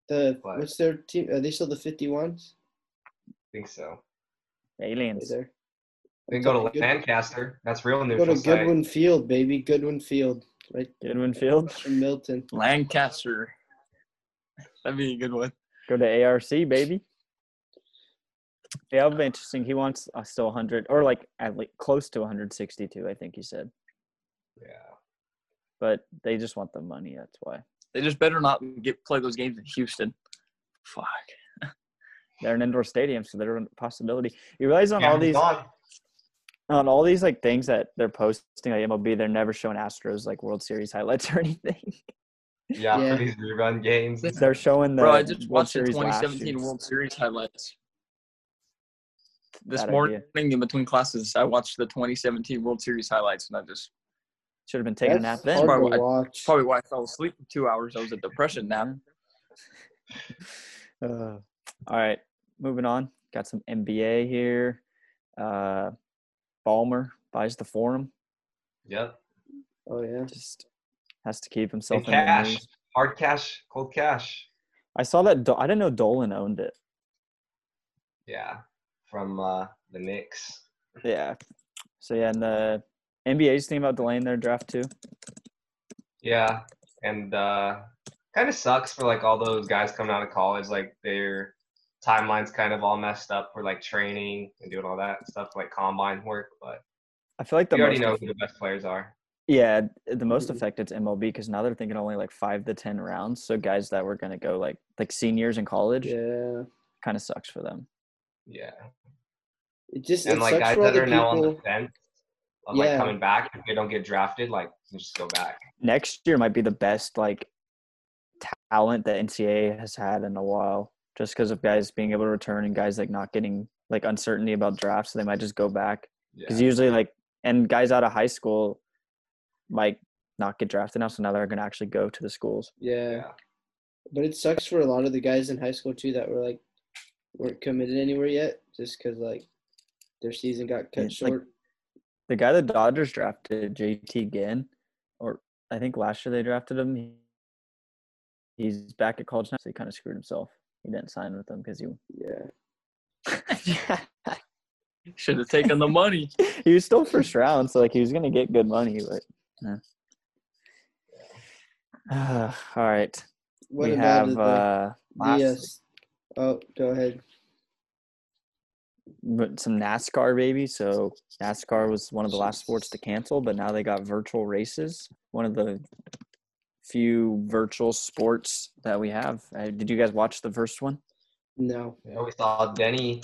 S3: the
S2: What?
S3: what's their team? Are they still the fifty ones?
S2: I think so.
S1: Aliens.
S3: there.
S2: We can go to
S3: Good-
S2: Lancaster. That's real
S3: Go
S2: neutral
S3: to
S2: site.
S3: Goodwin Field, baby. Goodwin Field, right
S1: Goodwin Field.
S3: from Milton.
S5: Lancaster. That'd be a good one.
S1: Go to ARC, baby. Yeah, that'll be interesting. He wants uh, still 100 or like at least close to 162. I think he said,
S2: Yeah.
S1: but they just want the money. That's why
S5: They just better not get play those games in Houston. Fuck.
S1: they're an indoor stadium, so they're a possibility. You realize on all
S2: Cameron
S1: these
S2: Vaughn.
S1: on all these like things that they're posting like MLB, they're never showing Astros like World Series highlights [laughs] or anything.
S2: Yeah,
S3: Yeah.
S2: for these rerun games. and
S1: they're showing the
S5: Bro, I just
S1: World
S5: watched the
S1: Series last year.
S5: 2017 World Series highlights. This
S1: Bad
S5: morning,
S1: idea.
S5: in between classes, I watched the 2017 World Series highlights, and I just
S1: Should have been taking
S3: That's
S1: a nap then.
S3: hard
S5: Probably
S3: to
S5: why-
S3: watch.
S5: probably why I fell asleep for two hours. I was a depression nap.
S1: Uh, all right, moving on. Got some NBA here. Uh, Balmer buys the Forum.
S2: Yep.
S3: Oh yeah.
S1: Just has to keep himself
S2: And
S1: in the
S2: cash,
S1: news.
S2: hard cash, cold cash.
S1: I saw that. Do- I didn't know Dolan owned it.
S2: Yeah, from uh, the Knicks.
S1: Yeah. So yeah, and the NBA's thinking about delaying their draft too.
S2: Yeah, and uh, kind of sucks for like all those guys coming out of college. Like their timelines kind of all messed up for like training and doing all that stuff, like combine work. But
S1: I feel like the
S2: you already
S1: most
S2: know who the best players are.
S1: Yeah, the most
S3: Mhm.
S1: affected is MLB because now they're thinking only like five to ten rounds. So guys that were gonna go like like seniors in college
S3: Yeah.
S1: kind of sucks for them.
S2: Yeah,
S3: It just
S2: and
S3: it
S2: like
S3: sucks
S2: guys
S3: for
S2: that
S3: other
S2: are now on the
S3: people.
S2: fence of
S3: Yeah.
S2: like coming back if they don't get drafted, like you just go back.
S1: Next year might be the best like talent that NCAA has had in a while, just because of guys being able to return and guys like not getting like uncertainty about drafts. So they might just go back because
S2: Yeah,
S1: usually like and guys out of high school might not get drafted now, so now they're gonna actually go to the schools.
S3: Yeah.
S2: yeah,
S3: But it sucks for a lot of the guys in high school too that were like weren't committed anywhere yet, just because like their season got cut
S1: It's like-
S3: short.
S1: the guy the Dodgers drafted, JT Ginn, or I think last year they drafted him. He, he's back at college now, so he kind of screwed himself. He didn't sign with them because
S3: yeah.
S1: he
S5: Should have taken the money.
S1: [laughs] he was still first round, so like he was gonna get good money, but. yeah. Ah, [sighs] all right,
S3: What
S1: we
S3: about
S1: have
S3: the,
S1: uh, last,
S3: the, uh, s- Oh, go ahead.
S1: but some NASCAR baby. So NASCAR was one of the last sports to cancel, but now they got virtual races. One of the few virtual sports that we have. Uh, did you guys watch the first one?
S3: No.
S2: yeah. We saw Denny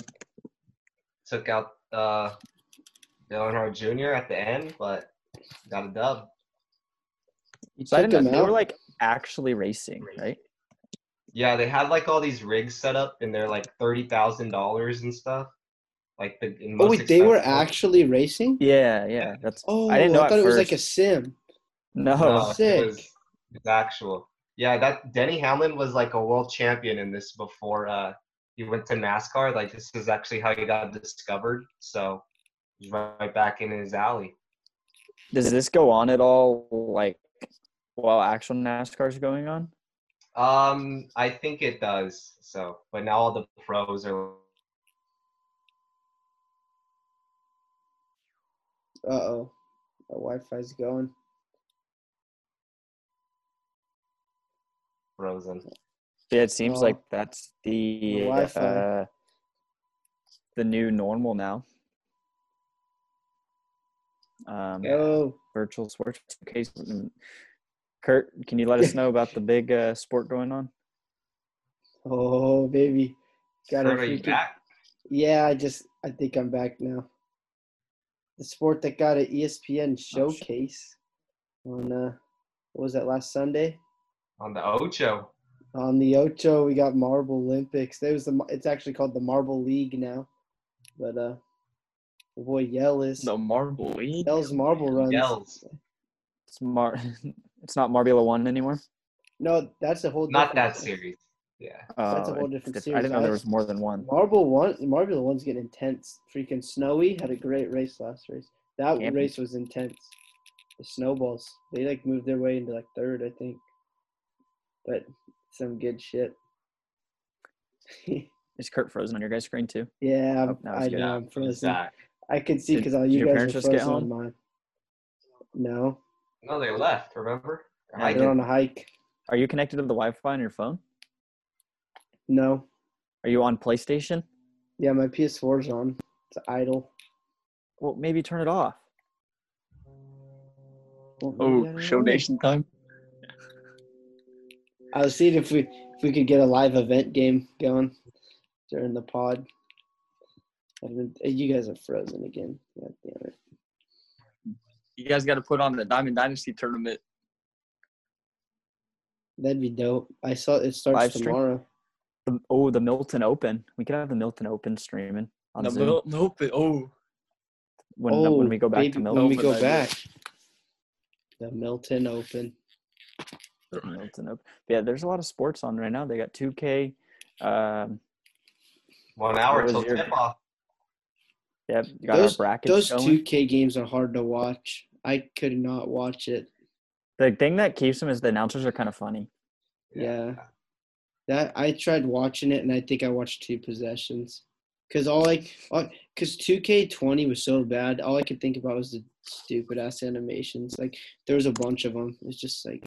S2: took out uh, Dale Earnhardt Jr. at the end, but got a dub.
S3: You
S1: So I
S3: took
S1: didn't know
S3: him
S1: they were
S3: out?
S1: like actually racing, right?
S2: Yeah, they had like all these rigs set up, and they're like thirty thousand dollars and stuff. Like the and
S3: Oh
S2: most
S3: wait, they were
S2: expensive ones.
S3: actually racing.
S1: Yeah, yeah. That's
S3: Oh,
S1: I didn't know
S3: I
S1: at
S3: thought it was like a
S1: first.
S3: sim.
S1: no.
S2: no,
S3: Oh, sick.
S2: It was, it's actual. Yeah, that Denny Hamlin was like a world champion in this before uh, he went to NASCAR. Like this is actually how he got discovered. So he's right back in his alley.
S1: Does this go on at all? Like while actual NASCAR's going on?
S2: Um, I think it does. So, but now all the pros are
S3: Uh oh, the Wi-Fi's going.
S2: frozen.
S1: Yeah, it seems
S3: No.
S1: like that's the
S3: Wi-Fi.
S1: uh, the new normal now. Um,
S3: Oh,
S1: Virtual sports case. Kurt, can you let us know about the big uh, sport going on?
S3: oh baby, got
S2: Kurt, Are you
S3: freaking-
S2: back?
S3: Yeah, I just I think I'm back now. The sport that got E an ESPN
S1: Oh, shit.
S3: showcase on uh what was that last Sunday?
S2: on the Ocho?
S3: On the Ocho, we got Marble Olympics. There was the mar- it's actually called the Marble League now, but uh, the boy Yellis
S5: The Marble League.
S3: Yell's Marble Runs.
S2: Yells.
S1: It's Mar- [laughs] It's not Marbula One anymore.
S3: No, that's a whole
S2: Not that
S3: different-
S2: series. Yeah.
S3: That's a
S1: Oh,
S3: whole
S1: it's
S3: different
S1: diff- I didn't
S3: series.
S1: know there
S3: I-
S1: was more than one.
S3: Marble one, Marble one's getting intense. Freaking snowy had a great race last race. That
S1: Camping.
S3: race was intense. The snowballs, they like moved their way into like third, I think. But some good shit. [laughs]
S1: Is Kurt frozen on your guys' screen too?
S3: yeah, I'm,
S1: Oh, that was
S3: I
S1: good.
S3: know I'm frozen.
S2: Zach.
S3: I could see
S1: Did-
S3: because all
S1: did
S3: you
S1: your
S3: guys
S1: parents
S3: were
S1: just get
S3: frozen on
S1: home?
S3: mine. No,
S2: No, they left. Remember?
S1: Yeah,
S2: I
S3: they're
S2: did.
S3: on a hike.
S1: Are you connected to the Wi-Fi on your phone?
S3: No,
S1: Are you on PlayStation?
S3: yeah, my PS4's on. It's idle.
S1: Well, maybe turn it off.
S3: Well, maybe I
S5: Oh,
S3: don't
S5: show
S3: know.
S5: nation time.
S3: I was seeing if we if we could get a live event game going during the pod. I've been, eh, you guys are frozen again. God damn it.
S5: You guys got to put on the Diamond Dynasty tournament.
S3: That'd be dope. I saw it starts
S1: Live stream?
S3: tomorrow.
S1: The, oh, the Milton Open. We could have the Milton Open streaming on
S5: The
S1: Zoom
S5: Milton Open. Oh,
S1: when, uh, when we go back
S3: Oh, baby,
S1: to Milton.
S3: when we
S5: Open,
S3: go
S5: I do.
S3: back. The Milton Open.
S1: Milton Open. Yeah, there's a lot of sports on right now. They got 2K. Um,
S2: One hour
S1: What was
S2: till
S1: your-
S2: tip off.
S1: Yep, you got
S3: those
S1: our brackets
S3: those
S1: going.
S3: 2K games are hard to watch. I could not watch it.
S1: The thing that keeps them is the announcers are kind of funny.
S3: Yeah. That I tried watching it, and I think I watched two possessions. Cause all like, cause 2K20 was so bad. All I could think about was the stupid ass animations. Like there was a bunch of them. It's just like,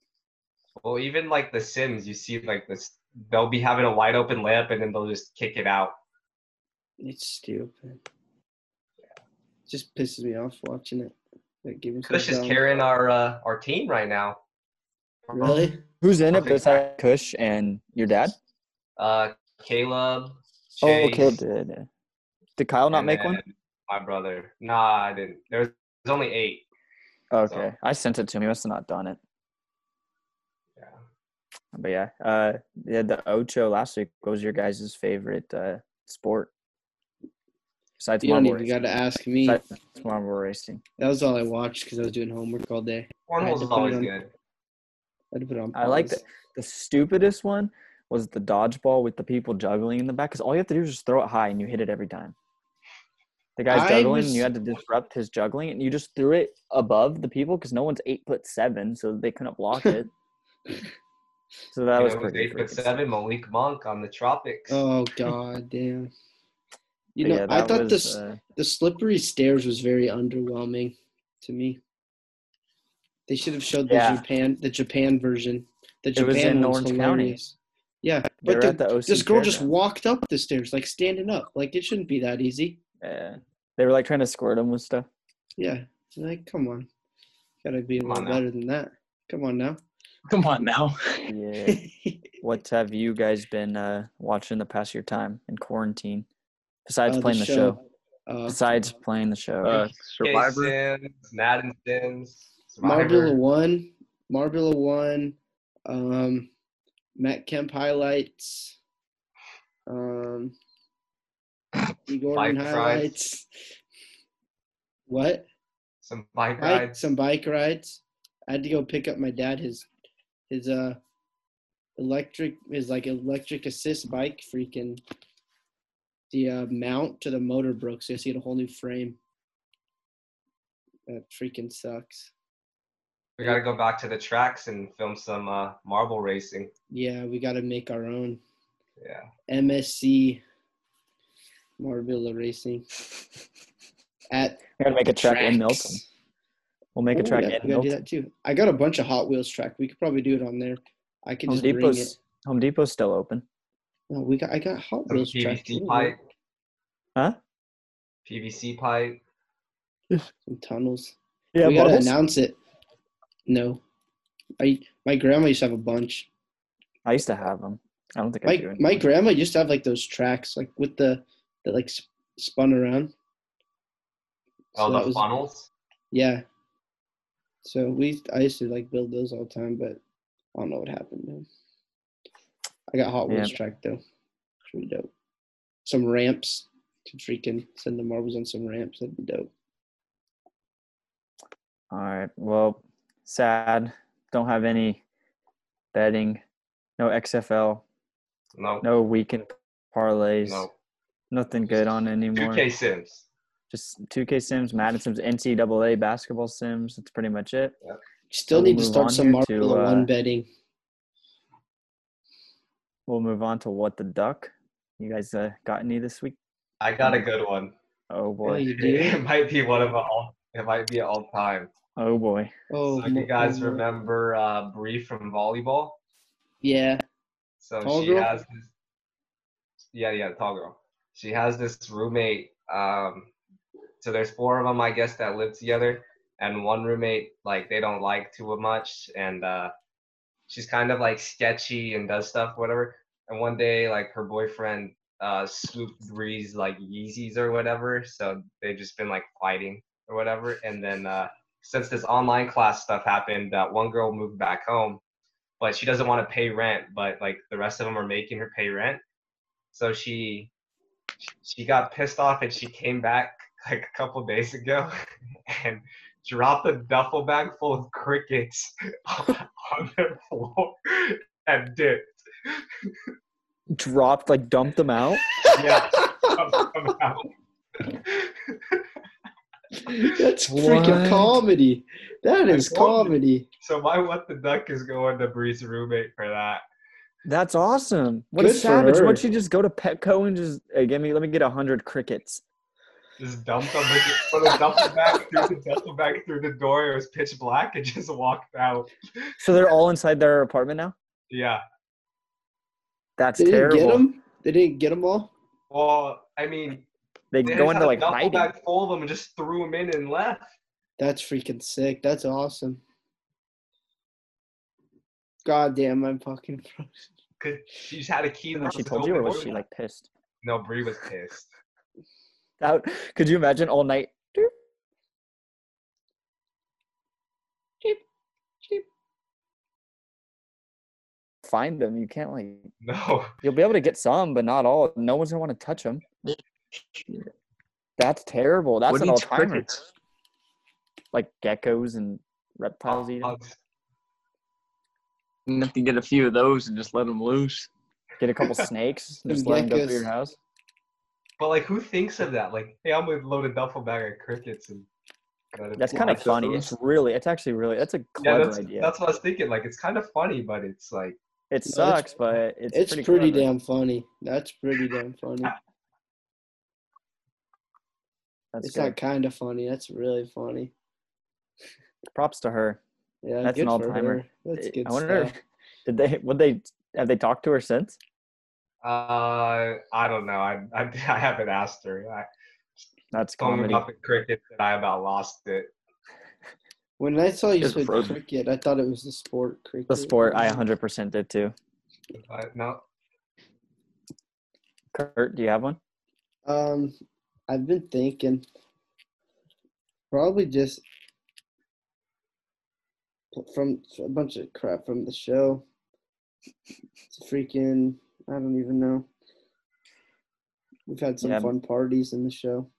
S2: Well, even like The Sims, you see like this, they'll be having a wide open layup and then they'll just kick it out.
S3: it's stupid. Just pisses me off watching it. Like giving.
S2: Kush is carrying our uh, our team right now.
S3: Really?
S1: Who's in it
S2: Okay.
S1: besides Kush and your dad?
S2: Uh, Caleb.
S1: Oh,
S2: Chase,
S1: okay. Did, did Kyle not
S2: and
S1: make one?
S2: then My brother. Nah, I didn't. There's there's only eight.
S1: Okay, I sent it to him. He must have not done it.
S2: Yeah.
S1: But yeah, uh, yeah, the Ocho last week. What was your guys' favorite uh, sport besides
S3: You don't
S1: marble
S3: even
S1: racing?
S3: got to ask me. That
S1: Besides marble racing.
S3: was all I watched because I was doing homework all day.
S2: Cornhole's is
S3: I had to put
S2: always
S3: it on-
S2: good.
S3: I had to put it on.
S1: I like
S3: pause.
S1: The stupidest one was the dodgeball with the people juggling in the back. Because all you have to do is just throw it high and you hit it every time. The guy's
S3: I
S1: juggling,
S3: was-
S1: and you had to disrupt his juggling, and you just threw it above the people because no one's eight foot seven, so they couldn't
S3: [laughs]
S1: block it. so that
S2: You
S1: was
S2: know,
S1: pretty.
S2: eight
S1: freaking
S2: foot seven, Malik Monk on the tropics.
S3: Oh god damn. You
S1: But
S3: know,
S1: yeah,
S3: I
S1: that
S3: thought
S1: was,
S3: this
S1: uh,
S3: the slippery stairs was very underwhelming to me. They should have showed the
S1: Yeah.
S3: Japan the Japan version. The
S1: It was
S3: Japan
S1: in
S3: one's
S1: Orange County.
S3: hilarious. Yeah,
S1: they
S3: but
S1: were
S3: the,
S1: at the OC
S3: this girl just
S1: fairground.
S3: walked up the stairs like standing up. Like it shouldn't be that easy.
S1: Yeah. They were like trying to squirt him with stuff.
S3: Yeah, like come on, gotta be a
S2: Come on
S3: little
S2: now.
S3: better than that. Come on now.
S5: Come
S1: [laughs]
S5: on now.
S3: [laughs]
S1: Yeah. what have you guys been uh, watching the past your time in quarantine? Besides
S3: Uh,
S1: playing the show.
S3: Uh,
S1: Besides playing the show.
S5: Uh, Survivor.
S2: K-Sims, Madden Sims, Survivor.
S3: Marbula One, Marbula One, um, Matt Kemp highlights, um, E.
S2: Bike
S3: Gordon
S2: rides.
S3: highlights. What?
S2: Some bike
S3: Bike,
S2: rides.
S3: some bike rides. I had to go pick up my dad his his uh electric his like electric assist bike freaking the uh, mount to the motor broke so he had a whole new frame. That freaking sucks.
S2: We gotta go back to the tracks and film some uh, marble racing.
S3: Yeah, we got to make our own.
S2: Yeah.
S3: MSC Marvilla Racing at
S1: We're gonna make a track in
S3: Tracks.
S1: Milton. We'll make a
S3: Oh,
S1: track
S3: yeah,
S1: in
S3: we gotta do
S1: Milton.
S3: that too. I got a bunch of Hot Wheels track. We could probably do it on there. I could
S1: Home
S3: just bring it.
S1: Depot's Home Depot's still open.
S3: No, we got. I got Hot
S2: Some
S3: Wheels track.
S2: PVC
S3: too.
S2: pipe.
S1: Huh?
S2: PVC pipe.
S3: Some tunnels.
S1: Yeah,
S3: we gotta
S1: Bubbles?
S3: announce it. No, I. My grandma used to have a bunch.
S1: I used to have them. I don't think I do
S3: My
S1: anymore.
S3: my grandma used to have like those tracks, like with the that like sp- spun around.
S2: Oh,
S3: So that
S2: the
S3: was-
S2: funnels.
S3: Yeah. So we I used to like build those all the time, but I don't know what happened. Man. I got Hot
S1: Yeah.
S3: Wheels track though. Pretty dope. Some ramps to freaking send the marbles on some ramps. That'd be dope.
S1: All right. Well, sad. Don't have any betting. No XFL.
S2: No.
S1: No weekend parlays.
S2: No.
S1: Nothing good on
S2: Two
S1: anymore.
S2: K Sims.
S1: Just 2K Sims, Madden Sims, NCAA basketball Sims. That's pretty much it.
S3: Still
S1: we'll
S3: need to
S1: move on
S3: start some
S1: here
S3: Marble
S1: to, uh,
S3: One betting.
S1: We'll move on to what the duck. You guys uh, got any this week?
S2: I got a good one.
S1: Oh [laughs]
S3: Oh,
S1: boy.
S3: [laughs] you
S1: [laughs]
S2: It
S3: do?
S2: might be one of all. It might be all time.
S1: Oh boy.
S3: Oh,
S2: So you
S3: mo-
S2: guys
S3: oh, mo-
S2: remember uh, Bree from volleyball?
S3: Yeah.
S2: So
S3: Tall
S2: she
S3: girl?
S2: has this. Yeah, yeah, tall girl. She has this roommate. Um, so there's four of them, I guess, that live together, and one roommate like they don't like too much, and uh, she's kind of like sketchy and does stuff, whatever. And one day, like her boyfriend uh, swooped Bree's like Yeezys or whatever, so they've just been like fighting or whatever. And then uh, since this online class stuff happened, that one girl moved back home but she doesn't want to pay rent but like the rest of them are making her pay rent so she she got pissed off and she came back like a couple days ago [laughs] and dropped a duffel bag full of crickets [laughs] on the floor and dipped
S1: Dropped like dumped them out.
S2: yeah dumped them out.
S3: [laughs] That's freaking
S1: What?
S3: comedy. That
S2: I
S3: is
S2: told you.
S3: comedy.
S2: So my what the duck is going to Bree's roommate for that.
S1: That's awesome. What
S3: Good
S1: a
S3: for
S1: savage. Why
S3: her.
S1: don't you just go to Petco and just uh, give me, let me get a 100 crickets?
S2: Just dump them, put a dump them back [laughs] through the dump them back through the door. It was pitch black, and just walked out.
S1: So they're all inside their apartment now?
S2: Yeah.
S1: That's
S3: They didn't
S1: terrible.
S3: get them. They didn't get them all.
S2: Well, I mean,
S1: They
S2: they
S1: go
S2: just had
S1: into
S2: a
S1: like
S2: duffel
S1: hiding.
S2: bag full of them and just threw them in and left.
S3: That's freaking sick. That's awesome. God damn, I'm fucking [laughs] frozen.
S2: Cause she just had a key.
S1: And
S2: that
S1: then she
S2: was
S1: told you, or
S2: open.
S1: was she like pissed?
S2: No, Bree was pissed. [laughs]
S1: Out. Could you imagine all night? Find them. You can't like.
S2: No,
S1: You'll be able to get some, but not all. No one's gonna want to touch them. That's terrible. That's
S5: What
S1: an all
S5: eats
S1: timer.
S5: crickets?
S1: Like geckos and reptiles eat 'em.
S2: Bugs.
S5: You have to get a few of those and just let them loose.
S1: Get a
S3: [laughs]
S1: couple snakes. and
S3: Some
S1: just let them go
S3: geckos.
S1: through your house.
S2: But like, who thinks of that? Like, hey, I'm gonna load a duffel bag of crickets and. let it
S1: That's
S2: fly
S1: kind of
S2: through.
S1: funny. It's really. It's actually really. That's a
S2: Yeah,
S1: clever
S2: that's,
S1: idea.
S2: that's what I was thinking. Like, it's kind of funny, but it's like,
S1: it
S3: No, that's-
S1: sucks, but it's
S3: It's,
S1: pretty,
S3: pretty,
S1: clever.
S3: damn funny. That's
S1: [laughs]
S3: pretty damn funny.
S1: That's
S3: it's
S1: good.
S3: not kind of funny. That's really funny.
S1: Props to her.
S3: Yeah,
S1: That's an
S3: good for
S1: all-timer.
S3: her. That's
S1: I-
S3: good
S1: I wonder.
S3: stuff.
S1: [laughs] Did they? Would they? Have they talked to her since?
S2: uh, I don't know. I I, [laughs] I haven't asked her. I
S1: That's
S2: told me
S1: comedy.
S2: about the crickets and I about lost it.
S3: When I saw you
S5: It's
S3: said
S5: frozen.
S3: cricket, I thought it was the sport cricket.
S1: The sport I 100% did too.
S2: Uh,
S1: [laughs]
S2: no,
S1: Kurt, do you have one?
S3: Um, I've been thinking probably just from a bunch of crap from the show. It's freaking, I don't even know. We've had some
S1: Yeah.
S3: fun parties in the show.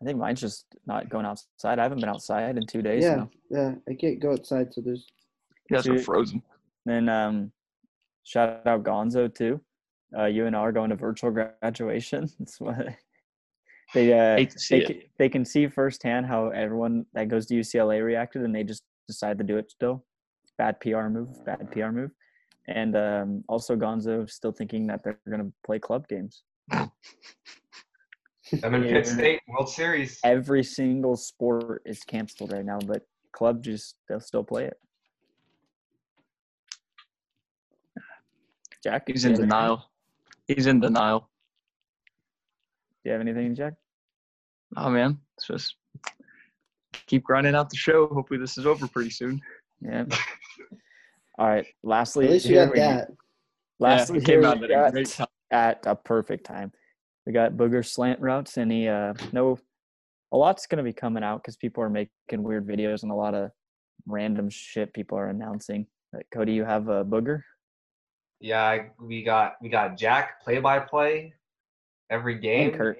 S1: I think mine's just not going outside. I haven't been outside in two days.
S3: yeah,
S1: Now.
S3: yeah. I can't go outside, so there's
S5: You guys are
S1: Dude.
S5: frozen.
S1: Then um, shout out Gonzo too. Uh, you and I are going to virtual graduation. [laughs] That's what they uh,
S5: Hate to see
S1: they,
S5: it.
S1: can, they can see firsthand how everyone that goes to UCLA reacted, and they just decide to do it still. Bad PR move. Bad PR move. And um, also Gonzo still thinking that they're going to play club games.
S2: I'm in
S1: Yeah.
S2: Pitt State World Series.
S1: Every single sport is canceled right now, but club just they'll still play it. Jack,
S5: He's
S1: do you have
S5: in
S1: anything?
S5: denial. He's in denial.
S1: Do you have anything, Jack?
S5: Oh man, it's just keep grinding out the show. Hopefully, this is over pretty soon. [laughs]
S1: Yeah. All right. Lastly,
S3: at least you
S1: here
S3: got
S1: we-
S3: that.
S1: Lastly,
S5: yeah, it
S1: here
S5: came
S1: we
S5: out at a
S1: got-
S5: great time.
S1: at a perfect time. We got booger slant routes. Any uh no a lot's gonna be coming out because people are making weird videos and a lot of random shit people are announcing. Uh, Cody, you have a
S3: [laughs]
S1: booger?
S2: Yeah, I- we got we got Jack play by play every
S1: And
S2: game.
S1: Kurt.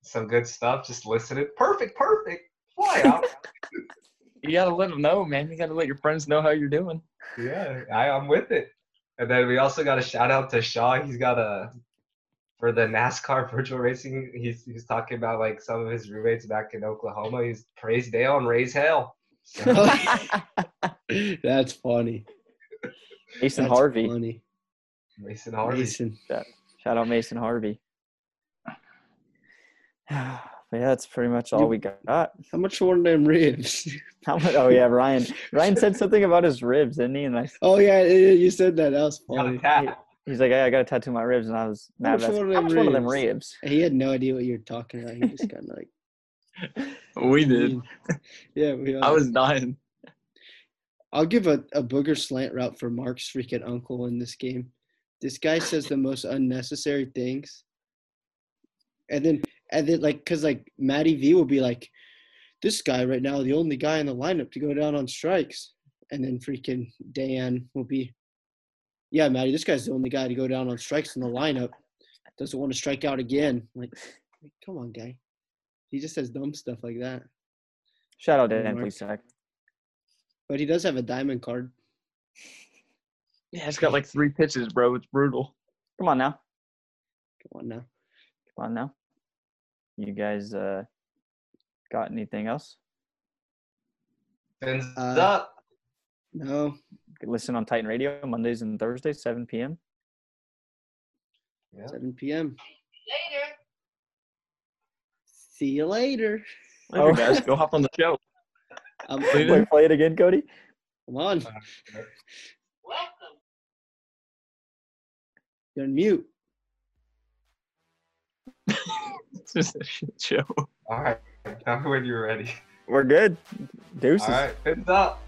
S2: Some good stuff. Just listen it. Perfect, perfect. Fly
S1: [laughs]
S2: out.
S5: You gotta let them know, man. You gotta let your friends know how you're doing.
S2: yeah, I, I'm with it. And then we also got a shout out to Shaw. He's got a for the NASCAR [laughs] virtual racing. He's he's talking about like some of his roommates back in Oklahoma. He's praise Dale and raise hell.
S1: [laughs]
S2: So,
S3: [laughs] That's funny.
S1: Mason
S3: That's
S1: Harvey.
S3: Funny.
S2: Mason Harvey.
S3: Mason.
S1: Shout out Mason Harvey. [sighs] But yeah, that's pretty much
S3: You-
S1: all we got.
S3: How much were them ribs? [laughs]
S1: How much? Oh yeah, Ryan. Ryan said something about his ribs, didn't he? And I,
S3: oh yeah, yeah, yeah, you said that. That was
S2: Got a
S3: funny.
S2: tap.
S1: he's like, "Hey, I got to tattoo my ribs," and I was
S3: How
S1: mad.
S3: much
S1: That's,
S3: one of
S1: how
S3: them
S1: much one of them
S3: ribs?
S1: ribs?
S3: He had no idea what you were talking about. He just kind of like.
S5: We did.
S3: [laughs] Yeah, we all.
S5: I was dying.
S3: I'll give a, a booger slant route for Mark's freaking uncle in this game. This guy says the most unnecessary things. And then, and then, like, cause like Matty V will be like, this guy right now, the only guy in the lineup to go down on strikes. And then freaking Dan will be, yeah, Matty, this guy's the only guy to go down on strikes in the lineup. Doesn't want to strike out again. I'm like, come on, guy. He just says dumb stuff like that.
S1: Shout out
S3: Oh,
S1: to Dan
S3: Mark.
S1: Plesac.
S3: But he does have a diamond card.
S5: Yeah, it's got like three pitches, bro. It's brutal.
S1: Come on now.
S3: Come on now.
S1: Come on now. You guys uh, Got anything else?
S2: Fins
S3: Uh,
S2: up.
S3: No.
S1: Listen on Titan Radio Mondays and Thursdays, 7 p.m.
S2: Yeah.
S3: 7 p.m.
S7: Later.
S3: See you later.
S5: Later,
S1: Oh.
S5: guys, go [laughs] hop on the show.
S3: I'm,
S5: Wait,
S3: I'm
S1: Wait, play it again, Cody.
S3: on.
S7: Welcome.
S3: You're on mute.
S5: This is a shit show.
S2: [laughs] All right. Tell me when you're ready.
S1: We're good. Deuces.
S2: All right. Fins up.